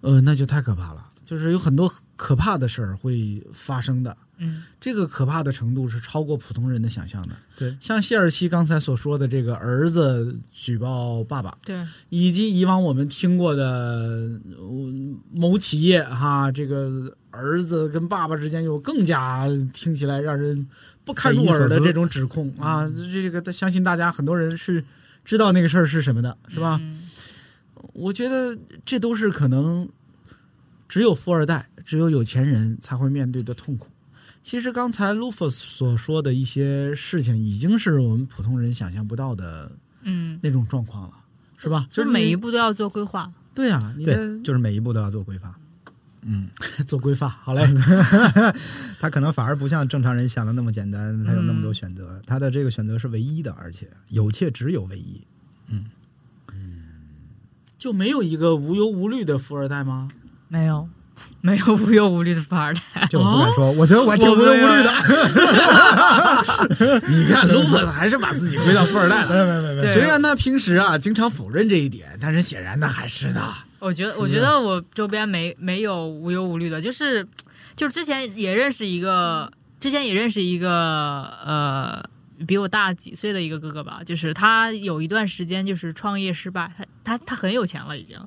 E: 呃，那就太可怕了。就是有很多可怕的事儿会发生的，
F: 嗯，
E: 这个可怕的程度是超过普通人的想象的。
G: 对，
E: 像谢尔西刚才所说的这个儿子举报爸爸，
F: 对，
E: 以及以往我们听过的呃某企业哈，这个儿子跟爸爸之间有更加听
F: 嗯
E: 起来让人不堪入耳的这种指控啊，这个相信大家很多人是知道那个事儿是什么的，
F: 嗯
E: 是吧？我觉得这都是可能只有富二代、只有有钱人才会面对的痛苦。其实刚才 l u f 所说的一些事情，已经是我们普通人想象不到的
F: 嗯，
E: 那种状况了，是吧？
F: 就是是每
E: 你
F: 一步都要做规划。
E: 对啊，你
G: 对，
E: 得
G: 就是每一步都要做规划。
E: 做规范。好嘞，
G: 他可能反而不像正常人想的那么简单，他有那么多选择，他的这个选择是唯一的，而且有且只有唯一。
E: 就没有一个无忧无虑的富二代吗？
F: 没有， 没有无忧无虑的富二代。
G: 这我不敢说，我觉得我还啊挺无忧无虑
F: 啊
G: 的。
E: 你看 l u f 还是把自己归到富二代了。
G: 没有没有没有没有，
F: 对
E: 虽然他平时啊经常否认这一点，但是显然他还是的。
F: 我觉得，我觉得我周边没没有无忧无虑的，就是，就之前也认识一个，之前也认识一个，呃，比我大几岁的一个哥哥吧，就是他有一段时间就是创业失败，他他他很有钱了已经，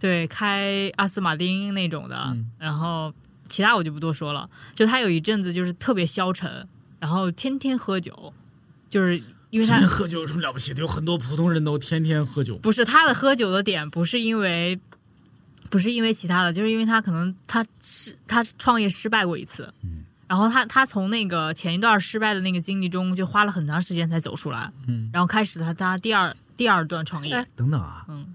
F: 对，开阿斯马丁那种的，然后其他我就不多说了，就他有一阵子就是特别消沉，然后天天喝酒，就是因为
E: 天
F: 他
E: 天喝酒有什么了不起的？有很多普通人都天天喝酒。
F: 不是他的喝酒的点，不是因为不是因为其他的，就是因为他可能他是他创业失败过一次，然后他他从那个前一段失败的那个经历中，就花了很长时间才走出来，然后开始他他第二第二段创业，
E: 哎，等等啊，
F: 嗯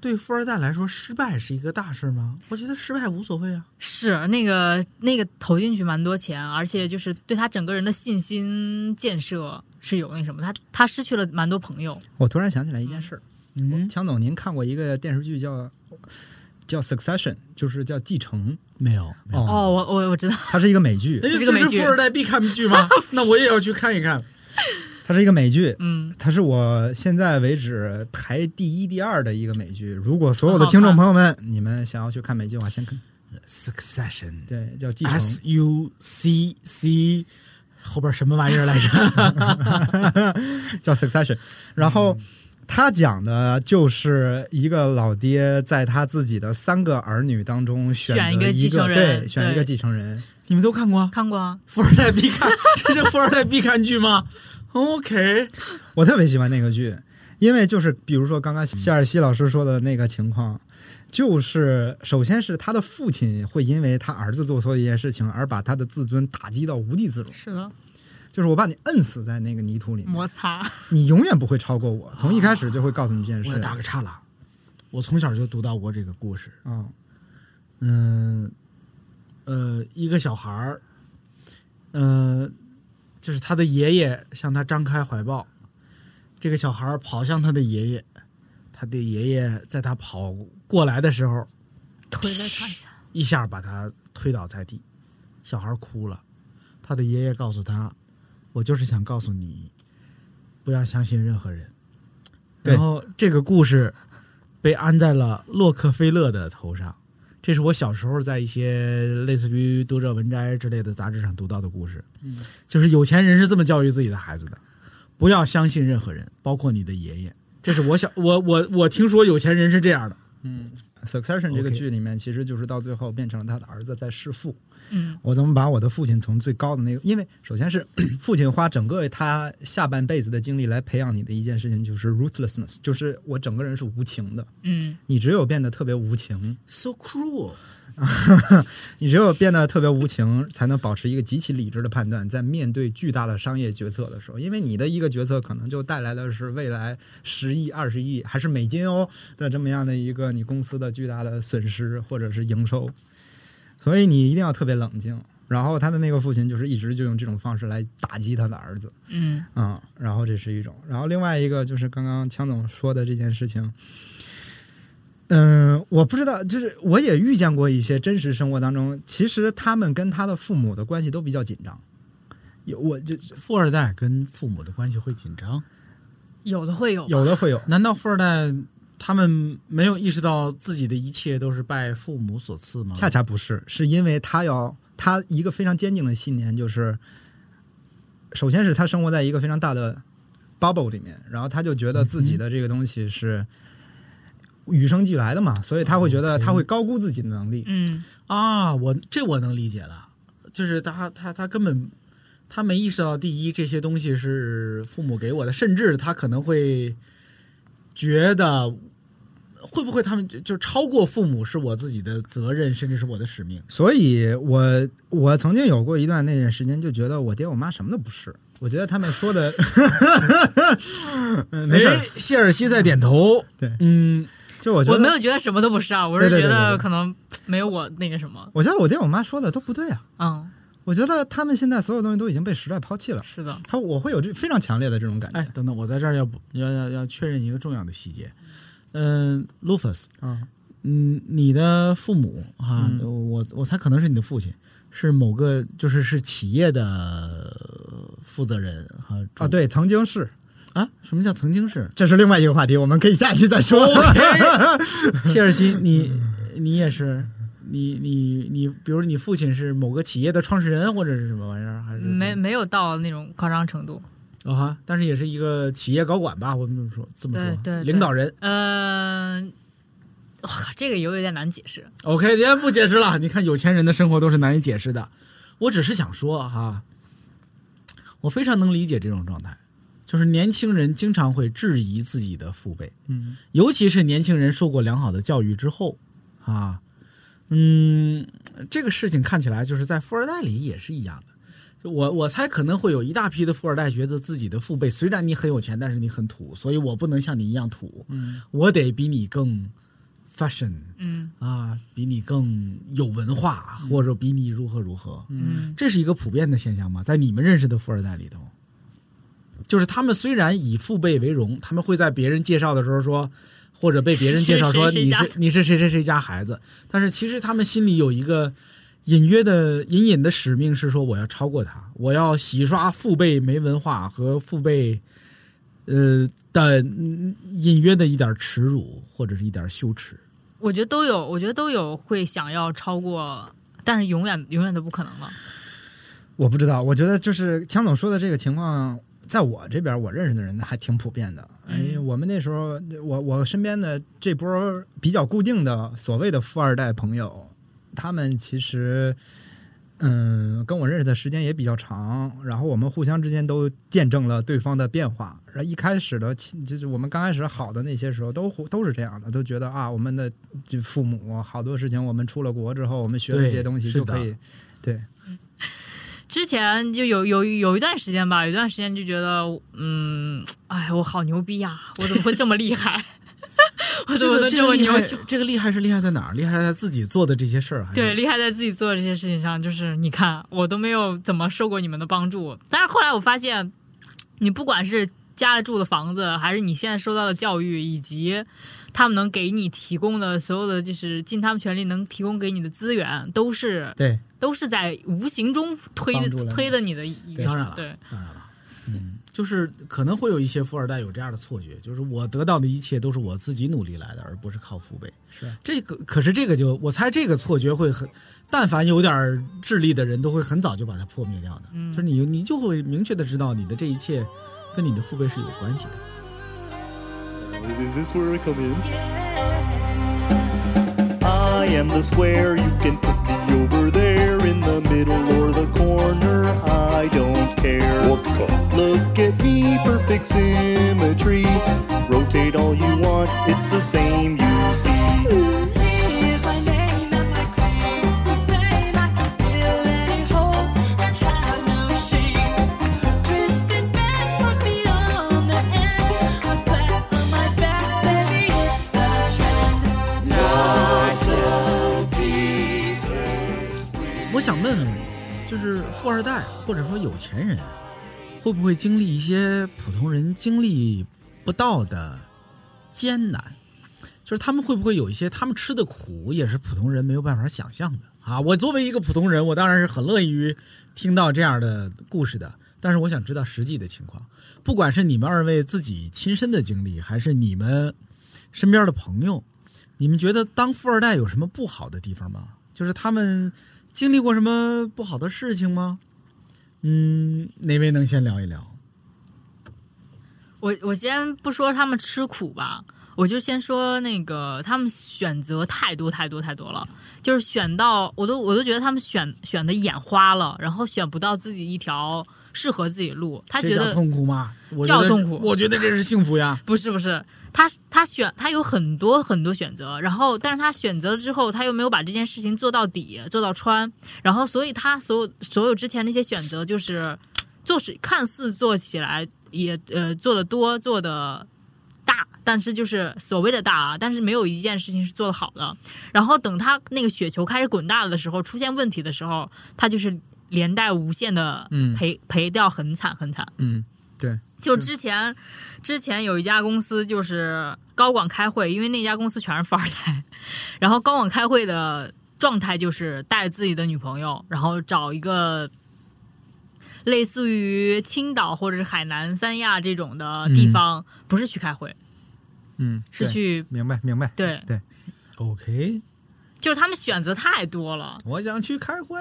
E: 对富二代来说，失败是一个大事儿吗？我觉得失败无所谓啊。
F: 是那个那个投进去蛮多钱，而且就是对他整个人的信心建设是有那什么，他他失去了蛮多朋友，
G: 我突然想起来一件事儿，
E: 嗯，
G: 强总，您看过一个电视剧叫叫《Succession》，就是叫《继承
E: 没有，没》有。
F: 哦，我我我知道，
G: 它是一个美剧，
E: 哎
F: 这是
E: 这
F: 个美
E: 是
F: 剧
E: 富二代必看剧 吗？那我也要去看一看。
G: 它是一个美剧，
F: 嗯，
G: 它是我现在为止排第一、第二的一个美剧。如果所有的听众朋友们，你们想要去看美剧的话，先看
E: Succession
G: 对叫《继承》
F: 啊
E: S U C C 后边什么玩意儿来着？
G: 叫 Succession，然后
F: 嗯
G: 他讲的就是一个老爹在他自己的三个儿女当中
F: 选
G: 选
F: 一
G: 择
F: 个继承人
G: 对，选一
F: 对
G: 个继承人。
E: 你们都看过啊？
F: 看过啊，
E: 富二代必 看，这是富二代必看剧吗？OK，
G: 我特别喜欢那个剧，因为就是比如说刚刚谢尔西老师说的那个情况，就是首先是他的父亲会因为他儿子做错一件事情而把他的自尊打击到无地自容，
F: 是 的，
G: 就是我把你摁死在那个泥土里面，
F: 摩擦，
G: 你永远不会超过我，从一开始就会告诉你这件
E: 我
G: 事
E: 得。打个岔了。啊我从小就读到过这个故事，
G: 嗯
E: 嗯，呃，一个小孩儿，呃，就是他的爷爷向他张开怀抱，这个小孩儿跑向他的爷爷，他的爷爷在他跑过来的时候，
F: 推了他一下，
E: 一下把他推倒在地，小孩哭了。他的爷爷告诉他：“我就是想告诉你，不要相信任何人。”
G: 对
E: 然后这个故事被安在了洛克菲勒的头上。这是我小时候在一些类似于《读者文摘》之类的杂志上读到的故事，就是有钱人是这么教育自己的孩子的：不要相信任何人，包括你的爷爷。这是我小我我我听说有钱人是这样的，
G: 嗯，《Succession》这个
E: OK
G: 剧里面，其实就是到最后变成了他的儿子在弑父。
F: 嗯
G: 我怎么把我的父亲从最高的那个？因为首先是 父亲花整个他下半辈子的精力来培养你的一件事情，就是 ruthlessness，就是我整个人是无情的。
F: 嗯。
G: 你只有变得特别无情，
E: so cruel。
G: 你只有变得特别无情，才能保持一个极其理智的判断，在面对巨大的商业决策的时候，因为你的一个决策可能就带来的是未来十亿、二十亿还是美金哦的这么样的一个你公司的巨大的损失或者是营收，所以你一定要特别冷静。然后他的那个父亲就是一直就用这种方式来打击他的儿子，
F: 嗯
G: 啊、然后这是一种，然后另外一个就是刚刚强总说的这件事情，嗯、我不知道，就是我也遇见过一些真实生活当中，其实他们跟他的父母的关系都比较紧张，有我就
E: 富二代跟父母的关系会紧张？，
F: 有的会有吧，
G: 有的会有，
E: 难道富二代他们没有意识到自己的一切都是拜父母所赐吗？
G: 恰恰不是，是因为他要他一个非常坚定的信念就是，首先是他生活在一个非常大的 bubble 里面，然后他就觉得自己的这个东西是。与生俱来的嘛，所以他会觉得他会高估自己的能力，
F: 嗯，
E: 啊，我这我能理解了，就是他他他根本他没意识到，第一，这些东西是父母给我的，甚至他可能会觉得，会不会他们就就超过父母是我自己的责任，甚至是我的使命？
G: 所以我我曾经有过一段那段时间，就觉得我爹我妈什么都不是。我觉得他们说的， 嗯没事儿
E: 哎，谢尔西在点头。
G: 对
E: 嗯，
G: 就我觉
F: 我
G: 得
F: 没有觉得什么都不是啊，我是
G: 对对
F: 觉
G: 对对
F: 得
G: 对
F: 可能没有我那个什么，
G: 我觉得我爹我妈说的都不对啊。
F: 嗯，
G: 我觉得他们现在所有东西都已经被时代抛弃了。
F: 是的，
G: 他我会有这非常强烈的这种感觉。
E: 哎，等等，我在这儿要补要要要确认一个重要的细节。嗯，Lufus，
G: 啊，嗯
E: 嗯，你的父母啊，我我猜可能是你的父亲，是某个就是是企业的呃负责人哈
G: 啊，对，曾经是，
E: 啊，什么叫曾经 是？
G: 这是另外一个话题，我们可以下一期再说。
E: 哦谢尔西，你你也是，你你你，比如你父亲是某个企业的创始人或者是什么玩意儿，还是
F: 没
E: 怎么
F: 没有到那种夸张程度，
E: 啊哈？但是也是一个企业高管吧？我们这么说这么说，
F: 对对对
E: 领导人。
F: 嗯、哇，这个有有点难解释，
E: OK，今天不解释了。你看，有钱人的生活都是难以解释的。我只是想说哈，我非常能理解这种状态，就是年轻人经常会质疑自己的父辈，
G: 嗯，
E: 尤其是年轻人受过良好的教育之后啊，嗯，这个事情看起来就是在富二代里也是一样的。就我我猜可能会有一大批的富二代觉得自己的父辈虽然你很有钱，但是你很土，所以我不能像你一样土，嗯，我得比你更 fashion，
F: 嗯
E: 啊，比你更有文化，或者比你如何如何，
F: 嗯
E: 这是一个普遍的现象吗？在你们认识的富二代里头，就是他们虽然以父辈为荣，他们会在别人介绍的时候说，或者被别人介绍说
F: 谁谁
E: 你
F: 家
E: 是你是谁谁谁家孩子，但是其实他们心里有一个隐约的、隐隐的使命是说，我要超过他，我要洗刷父辈没文化和父辈。呃的嗯隐约的一点耻辱或者是一点羞耻，
F: 我觉得都有，我觉得都有会想要超过，但是永远永远都不可能了，
G: 我不知道，我觉得就是强总说的这个情况，在我这边我认识的人还挺普遍的。
E: 嗯
G: 哎，我们那时候，我我身边的这波比较固定的所谓的富二代朋友，他们其实，嗯，跟我认识的时间也比较长，然后我们互相之间都见证了对方的变化。然后一开始的亲，就是我们刚开始好的那些时候都，都是这样的，都觉得啊，我们的就父母好多事情，我们出了国之后，我们学了
E: 对
G: 这些东西
E: 是
G: 就
E: 的
G: 可以，对，
F: 之前就有有有一段时间吧，有一段时间就觉得，嗯，哎，我好牛逼呀、我怎么会这么厉害？ 我怎
E: 这
F: 么
E: 个
F: 能
E: 这
F: 这
E: 个
F: 么
E: 厉
F: 优
E: 害
F: 秀？，
E: 这个厉害是厉害在哪儿？厉害在自己做的这些事儿，啊还是
F: 对，厉害在自己做的这些事情上，就是你看，我都没有怎么受过你们的帮助。但是后来我发现，你不管是家里住的房子，还是你现在受到的教育，以及他们能给你提供的所有的，就是尽他们全力能提供给你的资源，都是
G: 对。
F: 都是在无形中推
G: 帮助了你
F: 推的你的一个。
E: 当然了
F: 对，
E: 当然了，嗯，就是可能会有一些富二代有这样的错觉，就是我得到的一切都是我自己努力来的，而不是靠父辈。
G: 是
E: 这个，可是这个就我猜这个错觉会很，但凡有点儿智力的人都会很早就把它破灭掉的。嗯，就是你你就会明确的知道你的这一切跟你的父辈是有关系的。
B: Is this where I come in? I am the square, you can put me over there in the middle or the corner, I don't care. Look at me, perfect symmetry. Rotate all you want, it's the same you see.
K: Peace.
E: 我想问问，就是富二代或者说有钱人，会不会经历一些普通人经历不到的艰难？就是他们会不会有一些他们吃的苦，也是普通人没有办法想象的啊？我作为一个普通人，我当然是很乐于听到这样的故事的，但是我想知道实际的情况，不管是你们二位自己亲身的经历，还是你们身边的朋友，你们觉得当富二代有什么不好的地方吗？就是他们经历过什么不好的事情吗？嗯，哪位能先聊一聊？
F: 我我先不说他们吃苦吧，我就先说那个，他们选择太多太多太多了，就是选到我都我都觉得他们选选的眼花了，然后选不到自己一条适合自己的路。他
E: 这
F: 觉
E: 叫
F: 得
E: 痛苦吗？我
F: 叫
E: 觉得
F: 痛苦
E: 我觉得这是幸福呀。
F: 不是不是，他他选他有很多很多选择，然后但是他选择了之后，他又没有把这件事情做到底，做到穿，然后所以他所有所有之前那些选择就是做是看似做起来也呃做的多做的。大，但是就是所谓的大啊，但是没有一件事情是做得好的。然后等他那个雪球开始滚大了的时候，出现问题的时候，他就是连带无限的
E: 嗯
F: 赔、赔掉，很惨很惨。
E: 嗯，对，
F: 就之前，之前有一家公司就是高管开会，因为那家公司全是富二代，然后高管开会的状态就是带自己的女朋友，然后找一个类似于青岛或者是海南三亚这种的地方，不是去开会，
G: 嗯，
F: 是
G: 对
F: 去
G: 明白明白，
F: 对
G: 对，
E: OK，
F: 就是他们选择太多了，
E: 我想去开会。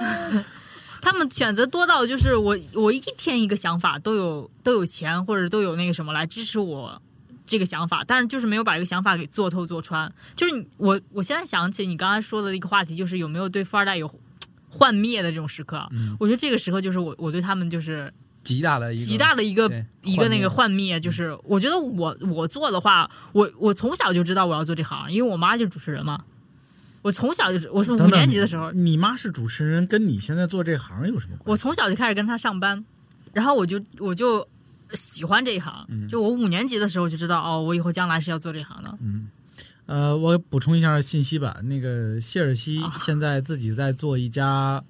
F: 他们选择多到就是我我一天一个想法都有都有钱或者都有那个什么来支持我这个想法，但是就是没有把这个想法给做透做穿。就是你我我现在想起你刚才说的一个话题，就是有没有对富二代有幻灭的这种时刻？啊我觉得这个时刻就是我我对他们就是
G: 极大的一个
F: 极大的一个
G: 对
F: 一个
G: 幻
F: 那
G: 灭
F: 个幻灭，就是我觉得我我做的话，我我从小就知道我要做这行，因为我妈就是主持人嘛。我从小就知我是五
E: 等等
F: 年级的时候，
E: 你妈是主持人，跟你现在做这行有什么关系？
F: 我从小就开始跟他上班，然后我就我就喜欢这一行，就我五年级的时候就知道哦，我以后将来是要做这行的。
E: 呃，我补充一下信息吧。那个谢尔西
F: 啊
E: 现在自己在做一家、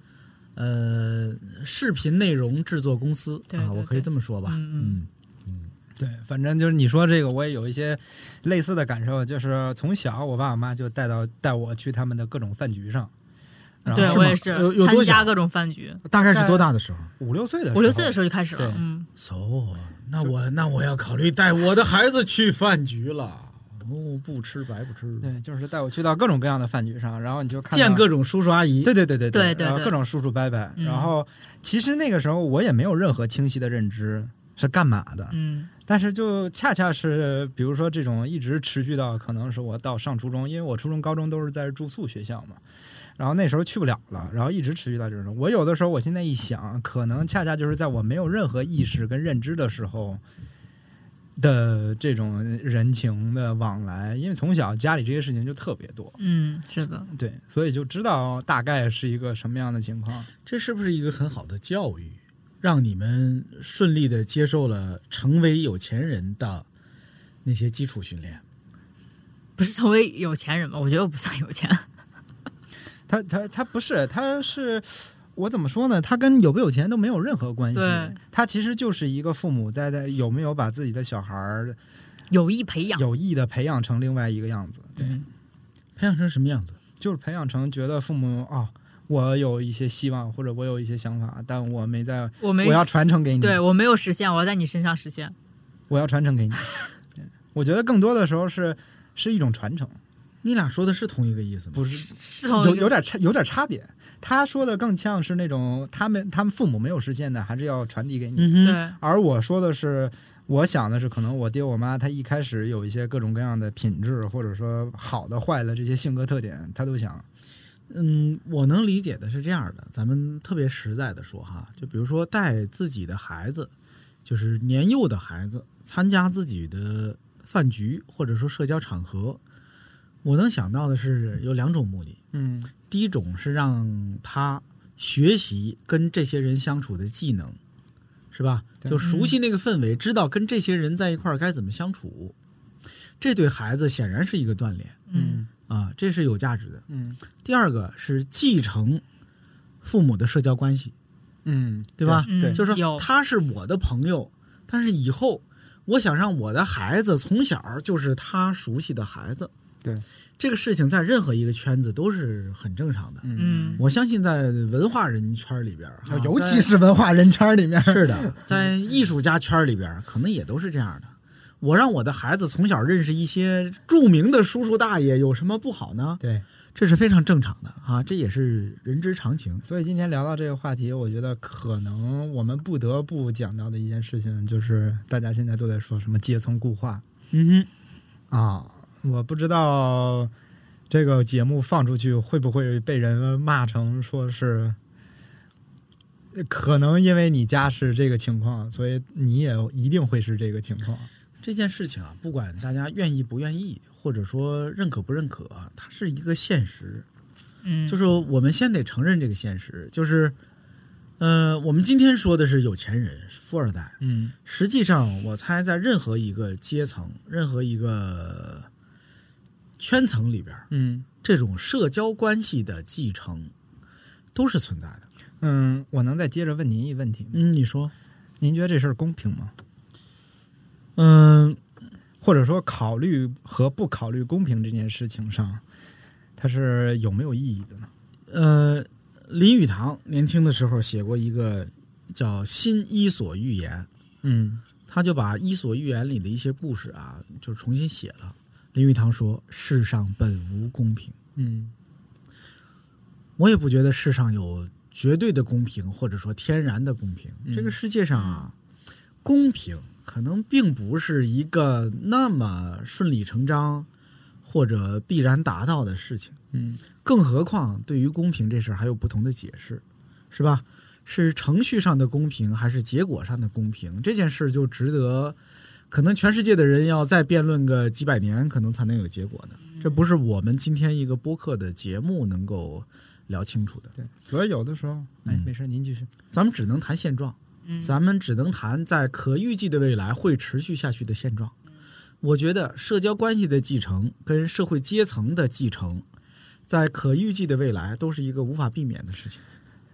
E: 呃视频内容制作公司
F: 对
E: 啊，
F: 对
E: 我可以这么说吧。
F: 嗯
G: 对，反正就是你说这个，我也有一些类似的感受，啊就是从小我爸我妈就带到带我去他们的各种饭局上，然后
F: 对我也是
E: 有有
F: 参
E: 多
F: 加
E: 小
F: 各种饭局，
E: 大概是多大的时候
G: 五六岁的
F: 五六岁的
G: 时
F: 时候就开始了
G: 对。
F: 嗯，
E: ？so，那我那我要考虑带我的孩子去饭局了。哦，不吃白不吃
G: 候，。对，就是带我去到各种各样的饭局上，然后你就看到
E: 见各种叔叔阿姨。
G: 对对对对
F: 对对
G: 然后
F: 对
G: 各种叔叔伯伯，
F: 嗯
G: 然后其实那个时候我也没有任何清晰的认知是干嘛的，
F: 嗯，
G: 但是就呃恰恰是，比如说这种一直持续到可能是我到上初中，因为我初中、高中都是在住宿学校嘛，然后那时候去不了了，然后一直持续到这种。我有的时候我现在一想，可能恰恰就是在我没有任何意识跟认知的时候的这种人情的往来，因为从小家里这些事情就特别多，
F: 嗯，是的，
G: 对，所以就知道大概是一个什么样的情况。
E: 这是不是一个很好的教育，让你们顺利的接受了成为有钱人的那些基础训练？
F: 不是成为有钱人吧？我觉得我不算有钱。
G: 他他他不是，他是我怎么说呢？他跟有不有钱都没有任何关系
F: 对。
G: 他其实就是一个父母在在有没有把自己的小孩儿
F: 有意培养，
G: 有意的培养成另外一个样子，对，
F: 嗯，
E: 培养成什么样子？
G: 就是培养成觉得父母哦，我有一些希望或者我有一些想法，但我没在，
F: 我没
G: 我要传承给你，
F: 对我没有实现，我要在你身上实现。
G: 我要传承 给你。对我觉得更多的时候是是一种传承，
E: 你俩说的是同一个意思吗？
G: 不是
F: 是同一
G: 有
F: 个
G: 有点差有点差别。他说的更像是那种他们他们父母没有实现的，还是要传递给你。
E: 嗯哼，
F: 对，
G: 而我说的是，我想的是，可能我爹我妈他一开始有一些各种各样的品质，或者说好的坏的这些性格特点，他都想。
E: 嗯，我能理解的是这样的，咱们特别实在的说哈，就比如说带自己的孩子，就是年幼的孩子参加自己的饭局或者说社交场合，我能想到的是有两种目的，
G: 嗯
E: 第一种是让他学习跟这些人相处的技能，是吧？
G: 对
E: 就熟悉那个氛围，知道跟这些人在一块儿该怎么相处，这对孩子显然是一个锻炼
F: 嗯，
E: 啊，这是有价值的。
G: 嗯
E: 第二个是继承父母的社交关系，
G: 嗯，
E: 对吧
G: 对，
F: 嗯
E: 就是说
F: 有
E: 他是我的朋友，但是以后我想让我的孩子从小就是他熟悉的孩子。
G: 对，
E: 这个事情在任何一个圈子都是很正常的。
F: 嗯，
E: 我相信在文化人圈里边儿哈，
G: 尤其
E: 在
G: 是文化人圈里面，
E: 是的，在艺术家圈里边儿，可能也都是这样的。我让我的孩子从小认识一些著名的叔叔大爷，有什么不好呢？
G: 对。
E: 这是非常正常的啊，这也是人之常情。
G: 所以今天聊到这个话题，我觉得可能我们不得不讲到的一件事情，就是大家现在都在说什么阶层固化
E: 嗯哼，
G: 啊，我不知道这个节目放出去会不会被人骂成说是，可能因为你家是这个情况，所以你也一定会是这个情况。
E: 这件事情啊，不管大家愿意不愿意，或者说认可不认可，啊它是一个现实。
F: 嗯，
E: 就是我们先得承认这个现实，就是，呃，我们今天说的是有钱人、富二代，
G: 嗯
E: 实际上我猜在任何一个阶层、任何一个圈层里边儿，
G: 嗯
E: 这种社交关系的继承都是存在的。
G: 嗯，我能再接着问您一问题吗？
E: 嗯，你说，
G: 您觉得这事儿公平吗？
E: 嗯，
G: 或者说考虑和不考虑公平这件事情上，它是有没有意义的呢？
E: 呃，林语堂年轻的时候写过一个叫《新伊索寓言》，
G: 嗯
E: 他就把《伊索寓言》里的一些故事啊，就重新写了。林语堂说：“世上本无公平。”
G: 嗯
E: 我也不觉得世上有绝对的公平，或者说天然的公平。这个世界上啊，公平可能并不是一个那么顺理成章或者必然达到的事情。
G: 嗯，
E: 更何况对于公平这事儿还有不同的解释，是吧？是程序上的公平还是结果上的公平？这件事儿就值得，可能全世界的人要再辩论个几百年，可能才能有结果的。这不是我们今天一个播客的节目能够聊清楚的。
G: 对，主要有的时候，哎，
E: 嗯
G: 没事，您继续。
E: 咱们只能谈现状，
G: 嗯
E: 咱们只能谈在可预计的未来会持续下去的现状。我觉得社交关系的继承跟社会阶层的继承，在可预计的未来都是一个无法避免的事情。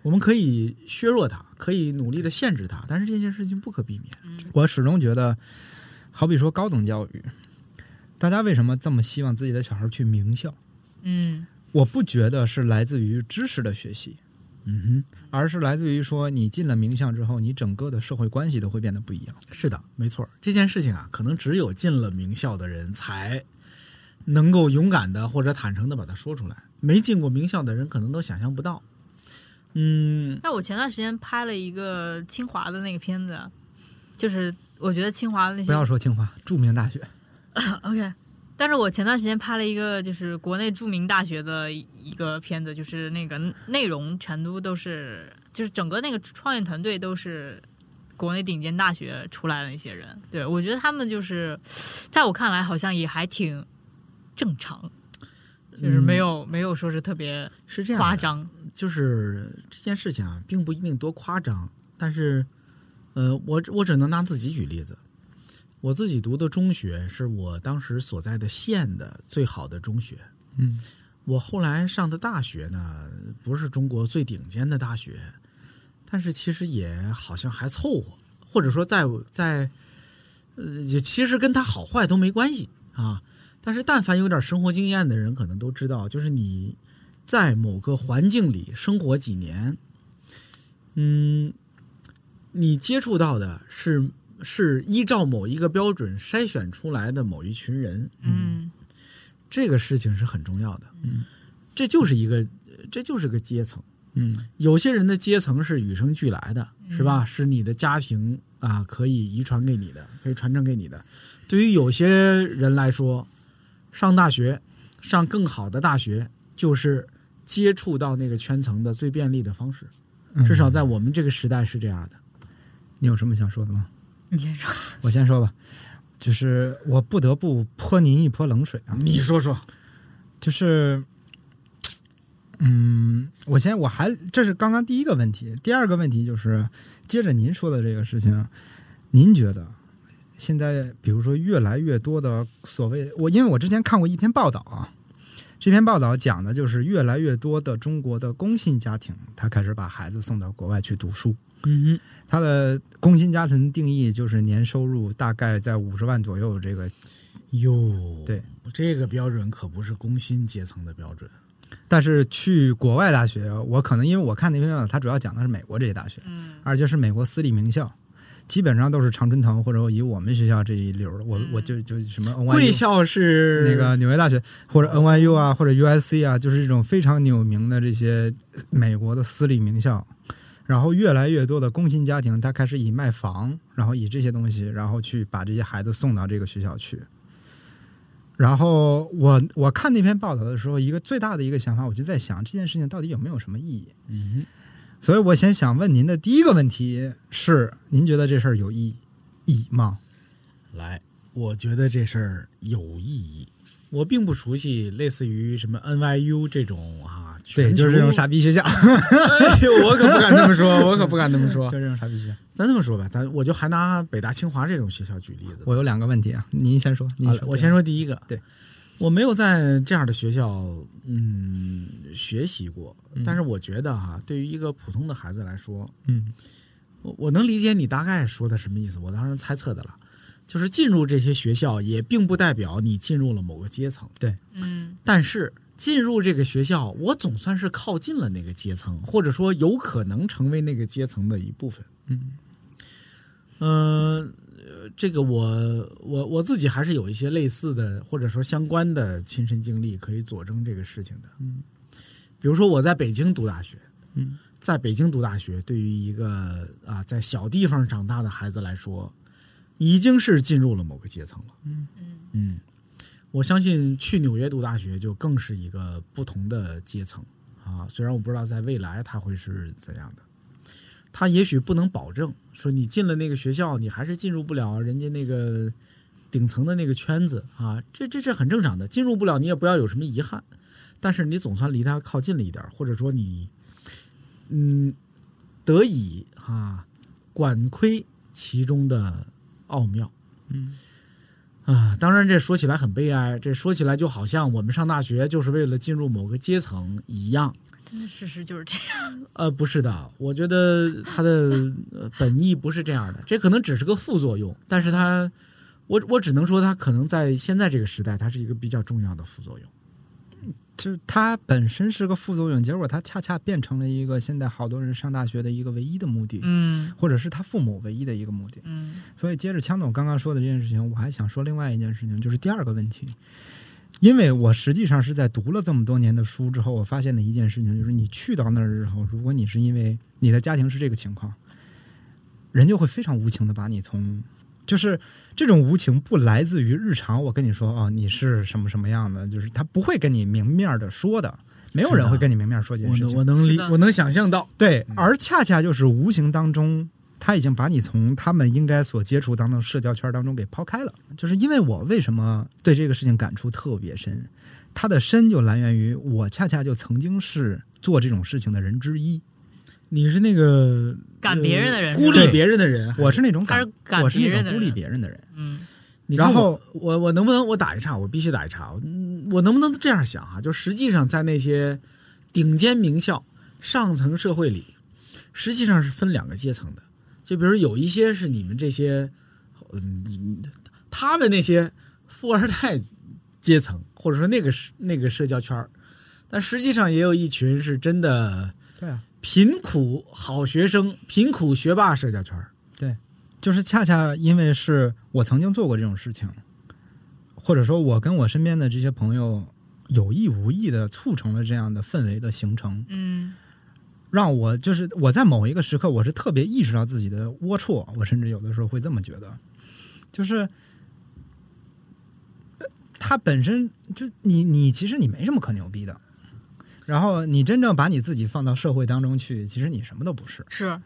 E: 我们可以削弱它，可以努力的限制它，但是这件事情不可避免。
G: 我始终觉得，好比说高等教育，大家为什么这么希望自己的小孩去名校？
F: 嗯
G: 我不觉得是来自于知识的学习，
E: 嗯
G: 而是来自于说你进了名校之后，你整个的社会关系都会变得不一样。
E: 哼，是的，没错儿。这件事情啊，可能只有进了名校的人才能够勇敢的或者坦诚的把它说出来，没进过名校的人可能都想象不到。嗯，
F: 但我前段时间拍了一个清华的那个片子，就是我觉得清华的那些
G: 不要说清华，著名大学，
F: OK，但是我前段时间拍了一个，就是国内著名大学的一个片子，就是那个内容全都都是，就是整个那个创业团队都是国内顶尖大学出来的一些人。对我觉得他们就是，在我看来好像也还挺正常，就是没有、没有说是特别
E: 是这样的
F: 夸张。
E: 就是这件事情啊，并不一定多夸张，但是，呃，我我只能拿自己举例子。我自己读的中学是我当时所在的县的最好的中学。
G: 嗯，
E: 我后来上的大学呢，不是中国最顶尖的大学，但是其实也好像还凑合，或者说在在，呃，也其实跟它好坏都没关系啊。但是但凡有点生活经验的人，可能都知道，就是你在某个环境里生活几年，嗯，你接触到的是是依照某一个标准筛选出来的某一群人，
F: 嗯
E: 这个事情是很重要的。嗯，这就是一个这就是个阶层。
G: 嗯
E: 有些人的阶层是与生俱来的，是吧？是你的家庭啊，可以遗传给你的，可以传承给你的。对于有些人来说，上大学，上更好的大学，就是接触到那个圈层的最便利的方式。至少在我们这个时代是这样的。
G: 你有什么想说的吗？
F: 你先说，
G: 我先说吧，就是我不得不泼您一泼冷水啊，
E: 你说说，
G: 就是，嗯，我先我还这是刚刚第一个问题，第二个问题就是接着您说的这个事情，您觉得现在比如说越来越多的所谓我，因为我之前看过一篇报道啊，这篇报道讲的就是越来越多的中国的工薪家庭，他开始把孩子送到国外去读书。
E: 嗯
G: 他的工薪家庭定义就是年收入大概在五十万左右，这个
E: 哼，哟，
G: 对，
E: 这个标准可不是工薪阶层的标准。
G: 但是去国外大学，我可能因为我看那篇报道，它主要讲的是美国这些大学，
F: 嗯
G: 而且是美国私立名校，基本上都是常春藤或者以我们学校这一流的，我我就就什么 NYU
E: 嗯贵校是
G: 那个纽约大学或者 NYU 啊，或者 USC 啊，就是这种非常有名的这些美国的私立名校。然后越来越多的工薪家庭，他开始以卖房，然后以这些东西，然后去把这些孩子送到这个学校去。然后我我看那篇报道的时候，一个最大的一个想法，我就在想这件事情到底有没有什么意义。
E: 嗯
G: 所以我先想问您的第一个问题是：您觉得这事儿有意义吗？
E: 哼，来，我觉得这事儿有意义。我并不熟悉类似于什么 NYU 这种啊，
G: 对，
E: 全
G: 就是这种
E: 球
G: 傻逼学校，
E: 哎呦，我可不敢这么说，我可不敢这么说
G: 就。是这种傻逼学校。
E: 咱这么说吧，咱我就还拿北大、清华这种学校举例子吧。
G: 我有两个问题啊，您先说，您
E: 好了，我先
G: 说
E: 说第一个，
G: 对，
E: 我没有在这样的学校嗯学习过，
G: 嗯
E: 但是我觉得哈、对于一个普通的孩子来说，
G: 对，嗯，
E: 我我能理解你大概说的什么意思，我当时猜测的了。就是进入这些学校，也并不代表你进入了某个阶层。
F: 嗯，
E: 但是进入这个学校，我总算是靠近了那个阶层，或者说有可能成为那个阶层的一部分。嗯，呃，这个我我我自己还是有一些类似的，或者说相关的亲身经历可以佐证这个事情的。嗯，比如说我在北京读大学，
G: 嗯，
E: 在北京读大学，对于一个啊在小地方长大的孩子来说，已经是进入了某个阶层了。嗯嗯，我相信去纽约读大学就更是一个不同的阶层啊。虽然我不知道在未来它会是怎样的，它也许不能保证说你进了那个学校，你还是进入不了人家那个顶层的那个圈子啊。这这这很正常的，进入不了你也不要有什么遗憾，但是你总算离它靠近了一点儿，或者说你嗯得以啊管窥其中的奥妙。啊，当然，这说起来很悲哀，这说起来就好像我们上大学就是为了进入某个阶层一样。
F: 真的嗯 事实就是这样。
E: 呃，不是的，我觉得它的呃本意不是这样的，这可能只是个副作用，但是它，我我只能说它可能在现在这个时代，它是一个比较重要的副作用。
G: 就是它本身是个副作用，结果它恰恰变成了一个现在好多人上大学的一个唯一的目的，
F: 嗯
G: 或者是他父母唯一的一个目的。
F: 嗯
G: 所以接着枪总刚刚说的这件事情，我还想说另外一件事情，就是第二个问题。因为我实际上是在读了这么多年的书之后，我发现的一件事情就是，你去到那儿之后，如果你是因为你的家庭是这个情况，人就会非常无情的把你从，就是这种无情不来自于日常。我跟你说哦，你是什么什么样的，就是他不会跟你明面的说的，没有
E: 是
G: 人
E: 的
G: 会跟你明面说这件
E: 我
G: 事
E: 能
G: 情。
E: 我能
F: 是
E: 理
F: 的
E: 我能想象到，
G: 对，而恰恰就是无形当中，他已经把你从他们应该所接触当中社交圈当中给抛开了。就是因为我为什么对这个事情感触特别深，它的深就来源于我恰恰就曾经是做这种事情的人之一，
E: 你是那个
F: 赶别人的人
E: 呃
F: 是吧
E: 孤立别人的人，
G: 我是那种
F: 他是
G: 感，
F: 赶
G: 我是
F: 别
G: 那
F: 人
G: 种
F: 的
G: 孤立
F: 人
G: 别人的人。
F: 嗯
E: 你看
G: 然后
E: 我我我能不能我打一岔？我必须打一岔。嗯我能不能这样想啊哈、就实际上在那些顶尖名校、上层社会里，实际上是分两个阶层的。就比如有一些是你们这些，嗯，他们那些富二代阶层，或者说那个社那个社交圈儿，但实际上也有一群是真的
G: 对啊，
E: 贫苦好学生、贫苦学霸社交圈儿。
G: 就是恰恰因为是我曾经做过这种事情，或者说我跟我身边的这些朋友有意无意的促成了这样的氛围的形成。
F: 嗯
G: 让我就是我在某一个时刻，我是特别意识到自己的龌龊，我甚至有的时候会这么觉得，就是呃它本身就你你其实你没什么可牛逼的，然后你真正把你自己放到社会当中去，其实你什么都不是。
F: 是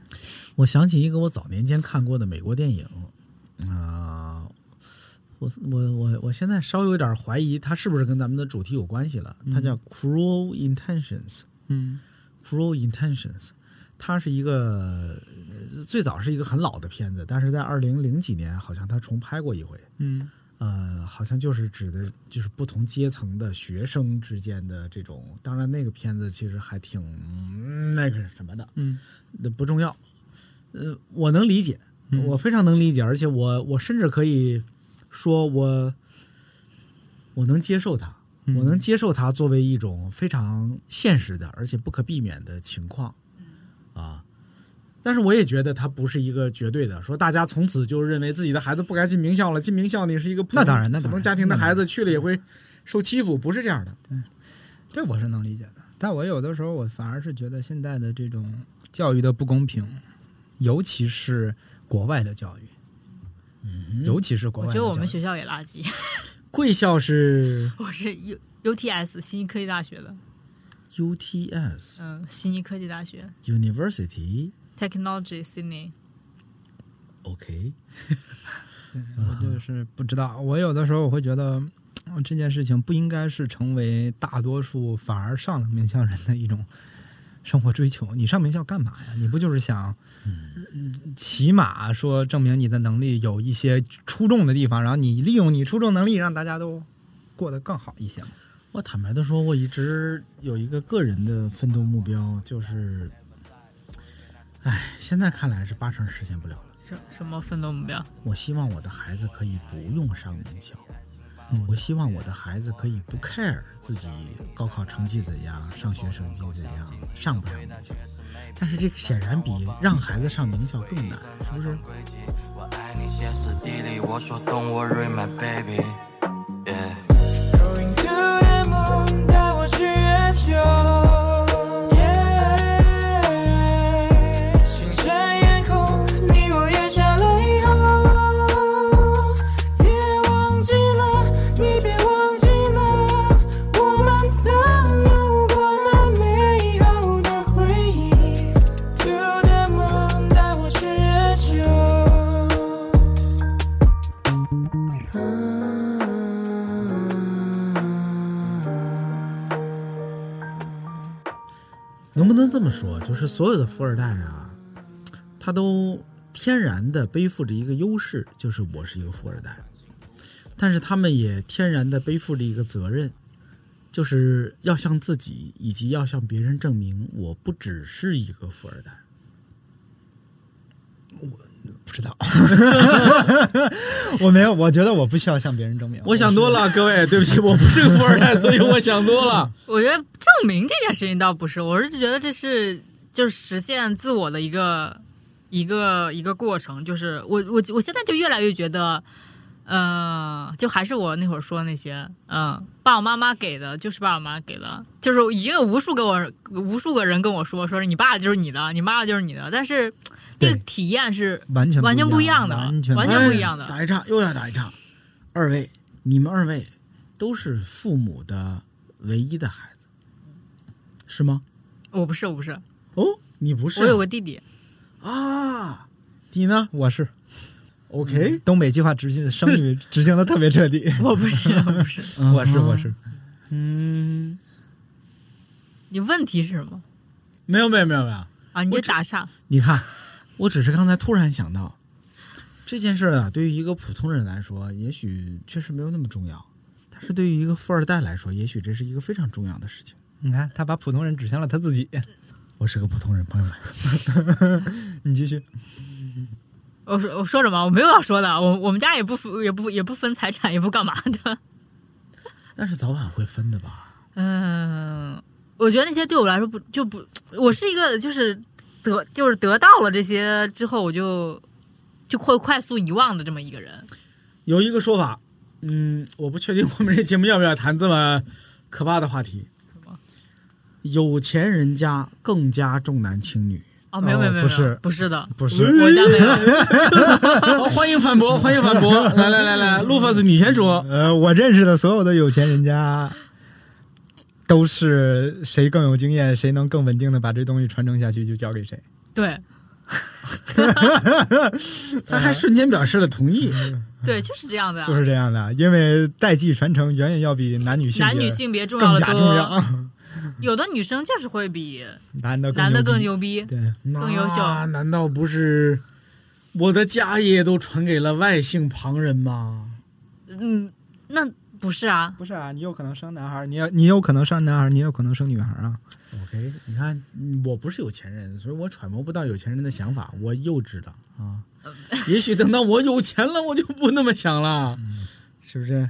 E: 我想起一个我早年间看过的美国电影，啊、我我我我现在稍微有点怀疑它是不是跟咱们的主题有关系了。它叫《Cruel Intentions》，
G: 嗯，
E: Cruel Intentions，它是一个呃最早是一个很老的片子，但是在二零零几年好像它重拍过一回。
G: 嗯，
E: 呃，好像就是指的就是不同阶层的学生之间的这种，当然那个片子其实还挺、嗯那个什么的，
G: 嗯，
E: 那不重要。呃，我能理解，
G: 嗯
E: 我非常能理解，而且我我甚至可以说我我能接受它，
G: 嗯
E: 我能接受它作为一种非常现实的，而且不可避免的情况
G: 嗯
E: 啊。但是我也觉得它不是一个绝对的，说大家从此就认为自己的孩子不该进名校了，进名校你是一个普通
G: 那当然那当然
E: 普通家庭的孩子去了也会受欺负，不是这样的。
G: 这我是能理解的，但我有的时候我反而是觉得现在的这种教育的不公平，尤其是国外的教育，尤其是国
F: 我嗯
G: 外
F: 觉
G: 的
F: 得
G: 教育。
F: 我们学校也垃圾。
E: 贵校是
F: 我是 U U T S 悉尼科技大学的，
E: UTS
F: 嗯，悉尼科技大学
E: University。
F: Technology Sydney。
E: OK，
G: 我就是不知道，我有的时候我会觉得，嗯这件事情不应该是成为大多数反而上了名校人的一种生活追求。你上名校干嘛呀？你不就是想，嗯起码说证明你的能力有一些出众的地方，然后你利用你出众能力让大家都过得更好一些吗？
E: 我坦白的说，我一直有一个个人的奋斗目标，就是，哎，现在看来是八成实现不了了。
F: 什什么奋斗目标？
E: 我希望我的孩子可以不用上名校，
G: 嗯
E: 我希望我的孩子可以不 care 自己高考成绩怎样，上学成绩怎样，上不上名校。但是这个显然比让孩子上名校更难，是不是？
K: 我爱你歇斯底里，我说 Don't worry my baby。Yeah.
H: Going to the moon，带我去月球。星辰夜空，你我约下来以后，别忘记了，你别忘记了，我们曾有过那美好的回忆。To the moon，带我去月球。啊
E: 能不能这么说？就是所有的富二代啊，他都天然的背负着一个优势，就是我是一个富二代，但是他们也天然的背负着一个责任，就是要向自己以及要向别人证明，我不只是一个富二代。
G: 不知道， 我没有，我觉得我不需要向别人证明。
E: 我想多了，各位，对不起，我不是个富二代，所以我想多 了。
F: 我觉得证明这件事情倒不是，我是觉得这是就是实现自我的一个一个一个过程。就是我我我现在就越来越觉得，呃，就还是我那会儿说那些，嗯、爸爸妈妈给的就是爸爸妈妈给的，就是已经有无数个我无数个人跟我说，说是你爸就是你的，你妈就是你的，但是这个
G: 对
F: 体验是
G: 完全
F: 完全
G: 不
F: 不
G: 一
F: 一
G: 样
F: 样的，
G: 完全不
F: 完全不一样的。
E: 哎打一岔，又要打一岔。二位，你们二位都是父母的唯一的孩子，是吗？
F: 我不是，我不是，
E: 哦，你不是
F: 我有个弟弟，
E: 啊？你呢
G: 我是嗯
E: ？OK，
G: 东北计划执行生育执行的特别 彻底，
F: 我不是，我不是。
G: 我是我是，
E: 嗯，
F: 你问题是什么
E: 没有没有没有没有。
F: 啊？你就打岔。
E: 你看，我只是刚才突然想到这件事儿啊，对于一个普通人来说，也许确实没有那么重要，但是对于一个富二代来说，也许这是一个非常重要的事情。
G: 你看他把普通人指向了他自己。
E: 我是个普通人，朋友们。
G: 你继续，
F: 我说我说什么？我没有要说的。我我们家也不分也不也不分财产，也不干嘛的。
E: 但是早晚会分的吧？
F: 嗯，我觉得那些对我来说不就不，我是一个就是得就是得到了这些之后，我就就会快速遗忘的这么一个人。
E: 有一个说法，嗯，我不确定我们这节目要不要谈这么可怕的话题。有钱人家更加重男轻 女。
F: 哦，没有没有没有，
G: 不是
F: 没有不是的，
G: 不是
F: 我家没 有。
E: 好欢迎反驳，欢迎反驳！来来来来，路法子你先说。
G: 呃，我认识的所有的有钱人家，都是谁更有经验，谁能更稳定的把这东西传承下去，就交给谁。
F: 对
E: 他还瞬间表示了同意。
F: 对，就是这样的呀。啊
G: 就是这样的，因为代际传承远远要比男女性
F: 男
G: 别
F: 女性别重要
G: 更
F: 的
G: 加
F: 多，
G: 重要，
F: 有的女生就是会比
G: 男的
F: 男的更
G: 逼
F: 牛逼。
G: 对。
E: 更
F: 优秀
E: 难道不是我的家业都传给了外姓旁人吗？
F: 嗯，那不是啊，
G: 不是啊，你有可能生男孩，你有你有可能生男孩，你也有可能生女孩啊。
E: OK，你看，嗯我不是有钱人，所以我揣摩不到有钱人的想法，我幼稚了啊。
F: 嗯
E: 也许等到我有钱了，我就不那么想了，是不是？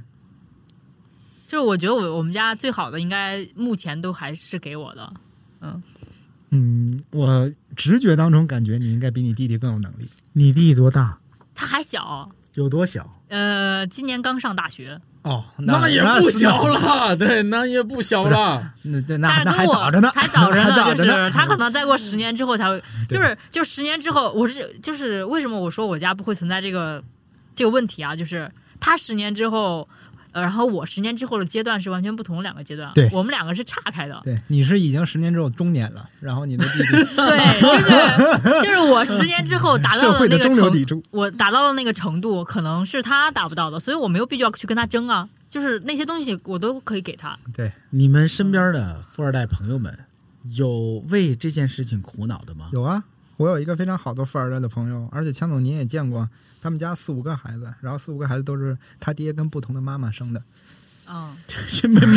F: 就是我觉得我我们家最好的应该目前都还是给我的，
G: 嗯，我直觉当中感觉你应该比你弟弟更有能力。
E: 你弟多大？
F: 他还小，
E: 有多小？
F: 呃，今年刚上大学，
G: 哦，
E: 那也不小
G: 了。
E: 了， 对，那也不小了。
G: 那对
F: 但
G: 那
F: 是
G: 那
F: 跟
G: 还
F: 我
G: 早着呢，
F: 还早着
G: 还
F: 呢，
G: 早
F: 就
G: 着
F: 是
G: 呢。
F: 他可能再过十年之后才 会，就是就十年之后，我是就是为什么我说我家不会存在这个这个问题啊，就是他十年之后。呃然后我十年之后的阶段是完全不同两个阶段，
G: 对
F: 我们两个是岔开 的。
G: 对，你是已经十年之后中年了，然后你的弟 弟
F: 对，就是就是我十年之后达到
G: 社
F: 了
G: 会
F: 那
G: 的
F: 个
G: 中流
F: 程
G: 砥柱，
F: 我达到了那个程度，可能是他达不到的，所以我没有必须要去跟他争啊。就是那些东西我都可以给他，
G: 对，
E: 你们身边的富二代朋友们有为这件事情苦恼的吗？
G: 有啊，我有一个非常好的富二代的朋友，而且强总您也见过，他们家四五个孩子，然后四五个孩子都是他爹跟不同的妈妈生的。
F: 嗯，
E: 每每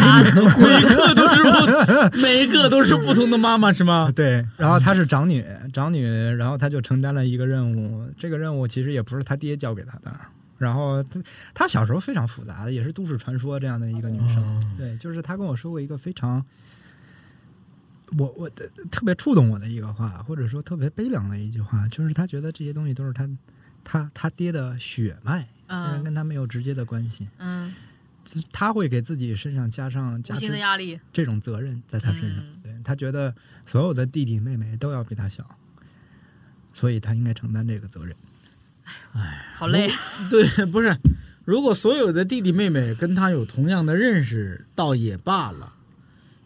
E: 个都是不， 每个都是不同的妈妈是吗？
G: 对，然后她是长女，长女，然后她就承担了一个任务，这个任务其实也不是她爹交给她的。然后她她小时候非常复杂的，也是都市传说这样的一个女
E: 哦
G: 生。对，就是她跟我说过一个非常，我我特特别触动我的一个话，或者说特别悲凉的一句话，就是她觉得这些东西都是她她她爹的血脉，虽然
F: 嗯
G: 跟她没有直接的关系，
F: 嗯，
G: 就是她会给自己身上加上加
F: 无形的
G: 之
F: 压力，
G: 这种责任在他身上，
F: 嗯
G: 对他觉得所有的弟弟妹妹都要比他小，所以他应该承担这个责任。
F: 好累。
E: 对，不是，如果所有的弟弟妹妹跟他有同样的认识，倒也罢了。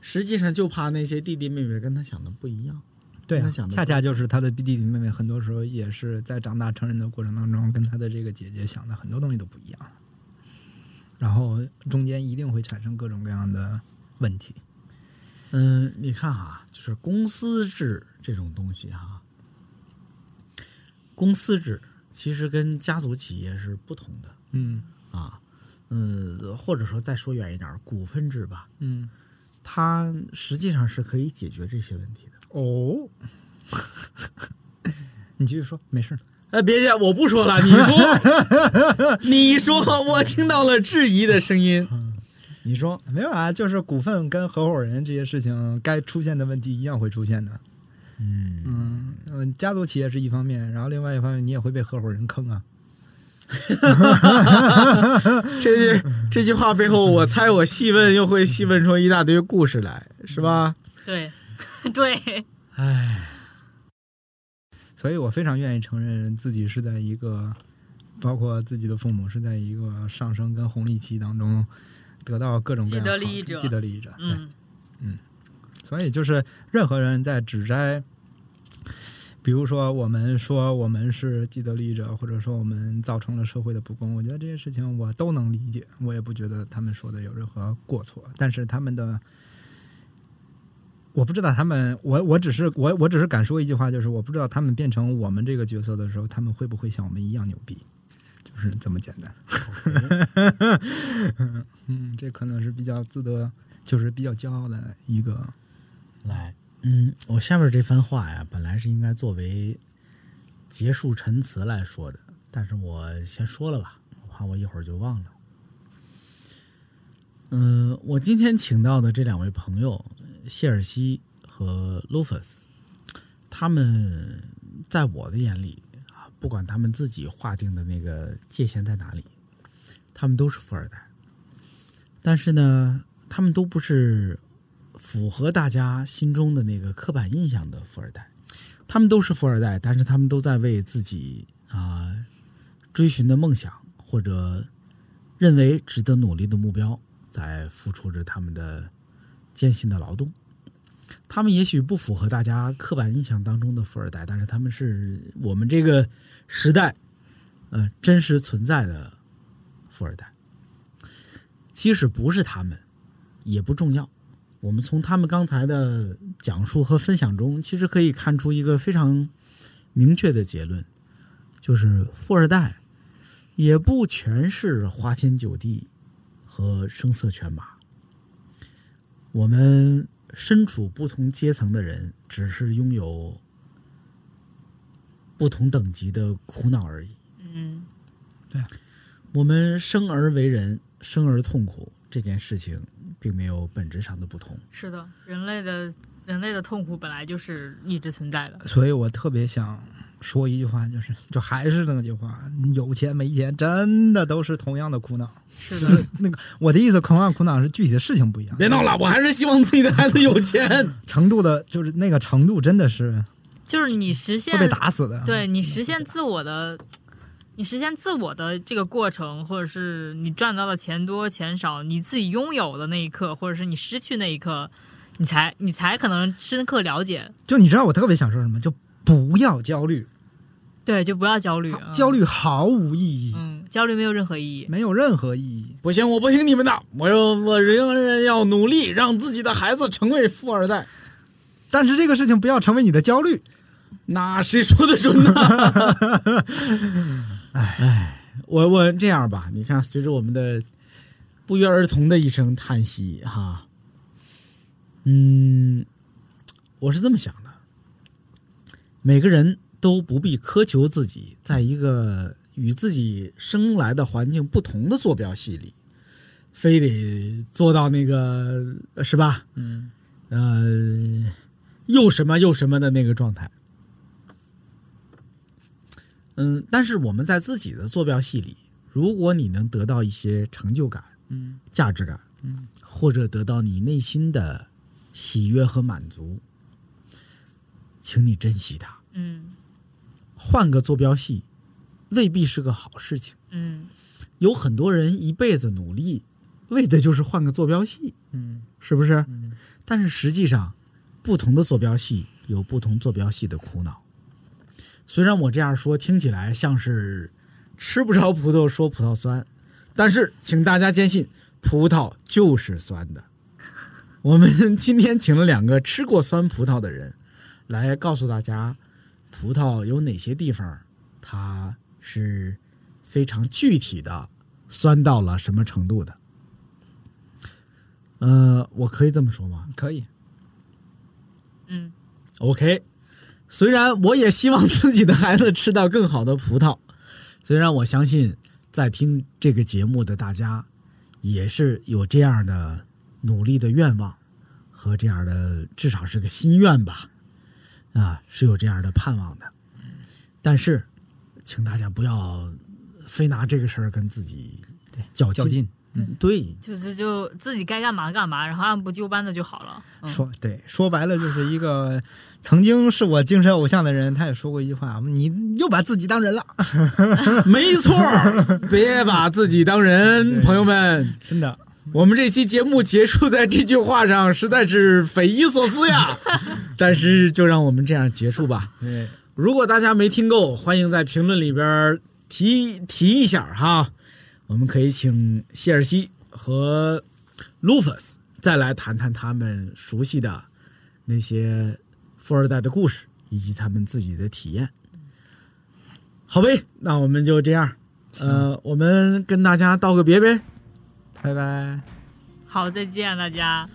E: 实际上就怕那些弟弟妹妹跟他想的不一样。
G: 对、
E: 那
G: 啊
E: 想，得
G: 恰
E: 对
G: 恰就是他的弟弟妹妹，很多时候也是在长大成人的过程当中，跟他的这个姐姐想的很多东西都不一样，然后中间一定会产生各种各样的问题。
E: 嗯，你看哈，就是公司制这种东西哈，公司制其实跟家族企业是不同的。
G: 嗯
E: 啊，嗯，或者说再说远一点儿，股份制吧，
G: 嗯，
E: 它实际上是可以解决这些问题的。
G: 哦，你继续说，没事儿。
E: 哎，别介，我不说了，你说，你说，我听到了质疑的声音。你说，
G: 没有啊，就是股份跟合伙人这些事情该出现的问题一样会出现的。
E: 嗯，
G: 嗯嗯，家族企业是一方面，然后另外一方面你也会被合伙人坑啊。
E: 这句这句话背后，我猜我细问又会细问出一大堆故事来，是吧？
F: 对，对，
E: 哎，
G: 所以我非常愿意承认自己是在一个，包括自己的父母是在一个上升跟红利期当中，得到各种各样
F: 既得
G: 好
F: 利益者
G: 既得利益者。对
F: 嗯，
G: 所以就是任何人在指摘，比如说我们说我们是既得利益者，或者说我们造成了社会的不公，我觉得这些事情我都能理解，我也不觉得他们说的有任何过错。但是他们的，我不知道他们，我我只是我我只是敢说一句话，就是我不知道他们变成我们这个角色的时候，他们会不会像我们一样牛逼。就是这么简单， 嗯，这可能是比较值得，就是比较骄傲的一个
E: 来，嗯，我下面这番话呀，本来是应该作为结束陈词来说的，但是我先说了吧，我怕我一会儿就忘了。嗯、我今天请到的这两位朋友，谢尔西和 Lufus，他们在我的眼里啊，不管他们自己划定的那个界限在哪里，他们都是富二代，但是呢，他们都不是符合大家心中的那个刻板印象的富二代。他们都是富二代，但是他们都在为自己啊、追寻的梦想或者认为值得努力的目标，在付出着他们的艰辛的劳动。他们也许不符合大家刻板印象当中的富二代，但是他们是我们这个时代，呃，真实存在的富二代。即使不是他们，也不重要。我们从他们刚才的讲述和分享中，其实可以看出一个非常明确的结论，就是富二代也不全是花天酒地和声色犬马。我们身处不同阶层的人，只是拥有不同等级的苦恼而已。
F: 嗯，
E: 我们生而为人，生而痛苦这件事情，并没有本质上的不同。
F: 是的，人类的人类的痛苦本来就是一直存在的。
G: 所以我特别想说一句话，就是就还是那句话，有钱没钱真的都是同样的苦恼。
F: 是
G: 就
F: 的，
G: 是那个我的意思，同样苦恼是具体的事情不一样，
E: 别闹了，我还是希望自己的孩子有钱。
G: 程度的，就是那个程度真的是
F: 就是你实
G: 会
F: 现
G: 被打死的。
F: 对你实现自我的你实现自我的这个过程，或者是你赚到的钱多钱少，你自己拥有的那一刻，或者是你失去那一刻，你才你才可能深刻了解。
L: 就你知道我特别想说什么？就不要焦虑，
F: 对，就不要焦虑，嗯
L: 焦虑毫无意义，
F: 嗯，焦虑没有任何意义。
L: 没有任何意义。
E: 不行，我不听你们的，我要我仍然要努力让自己的孩子成为富二代。
L: 但是这个事情不要成为你的焦虑。
E: 那谁说的准呢？哎，我我这样吧，你看，随着我们的不约而同的一声叹息，哈，嗯，我是这么想的，每个人都不必苛求自己，在一个与自己生来的环境不同的坐标系里，非得做到那个是吧？
L: 嗯，
E: 呃，又什么又什么的那个状态。嗯，但是我们在自己的坐标系里，如果你能得到一些成就感、
L: 嗯
E: 价值感，
L: 嗯，
E: 或者得到你内心的喜悦和满足，请你珍惜它。
F: 嗯
E: 换个坐标系，未必是个好事情。
F: 嗯
E: 有很多人一辈子努力，为的就是换个坐标系，
L: 嗯，
E: 是不是？但是实际上，不同的坐标系有不同坐标系的苦恼。虽然我这样说听起来像是吃不着葡萄说葡萄酸，但是请大家坚信，葡萄就是酸的。我们今天请了两个吃过酸葡萄的人，来告诉大家，葡萄有哪些地方它是非常具体的酸到了什么程度的。呃，我可以这么说吗
L: 可以。
F: 嗯
E: ？OK，虽然我也希望自己的孩子吃到更好的葡萄， 虽然我相信在听这个节目的大家也是有这样的努力的愿望和这样的至少是个心愿吧，啊，是有这样的盼望的。但是，请大家不要非拿这个事儿跟自己较
L: 较劲。嗯
E: 对，
F: 就是就自己该干嘛干嘛，然后按部就班的就好了。嗯、
L: 说对，说白了就是一个曾经是我精神偶像的人，他也说过一句话：“你又把自己当人了。
E: 没错儿，别把自己当人，朋友们”。
L: 真的，
E: 我们这期节目结束在这句话上，实在是匪夷所 思呀。但是就让我们这样结束吧。
L: 对，
E: 如果大家没听够，欢迎在评论里边儿提提一下哈。我们可以请谢尔西和 Lufus 再来谈谈他们熟悉的那些富二代的故事，以及他们自己的体验。好呗，那我们就这样，呃，我们跟大家道个别呗。
L: 拜拜。
F: 好，再见大家。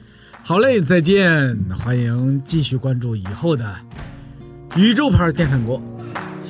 E: 好嘞，再见！欢迎继续关注以后的宇宙牌电饭锅，谢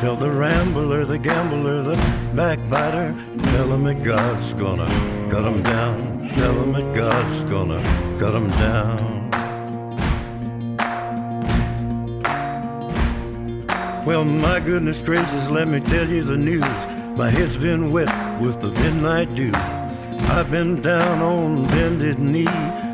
M: Tell the rambler, the gambler, the backbiter, tell him that God's gonna cut him down. Tell him that God's gonna cut him down. Well, my goodness gracious, let me tell you the news. My head's been wet with the midnight dew. I've been down on bended knee,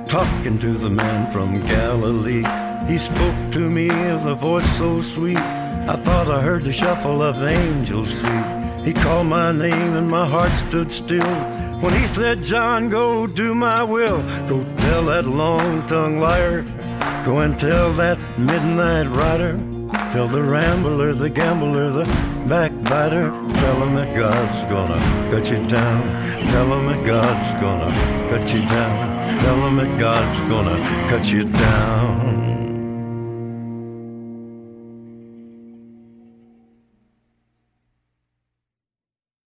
M: talking to the man from Galilee. He spoke to me with a voice so sweet. I thought I heard the shuffle of angels feet. He called my name and my heart stood still. When he said, John, go do my will. Go tell that long-tongued liar. Go and tell that midnight rider. Tell the rambler, the gambler, the backbiter, tell him that God's gonna cut you down. Tell him that God's gonna cut you down. Tell him that God's gonna cut you down.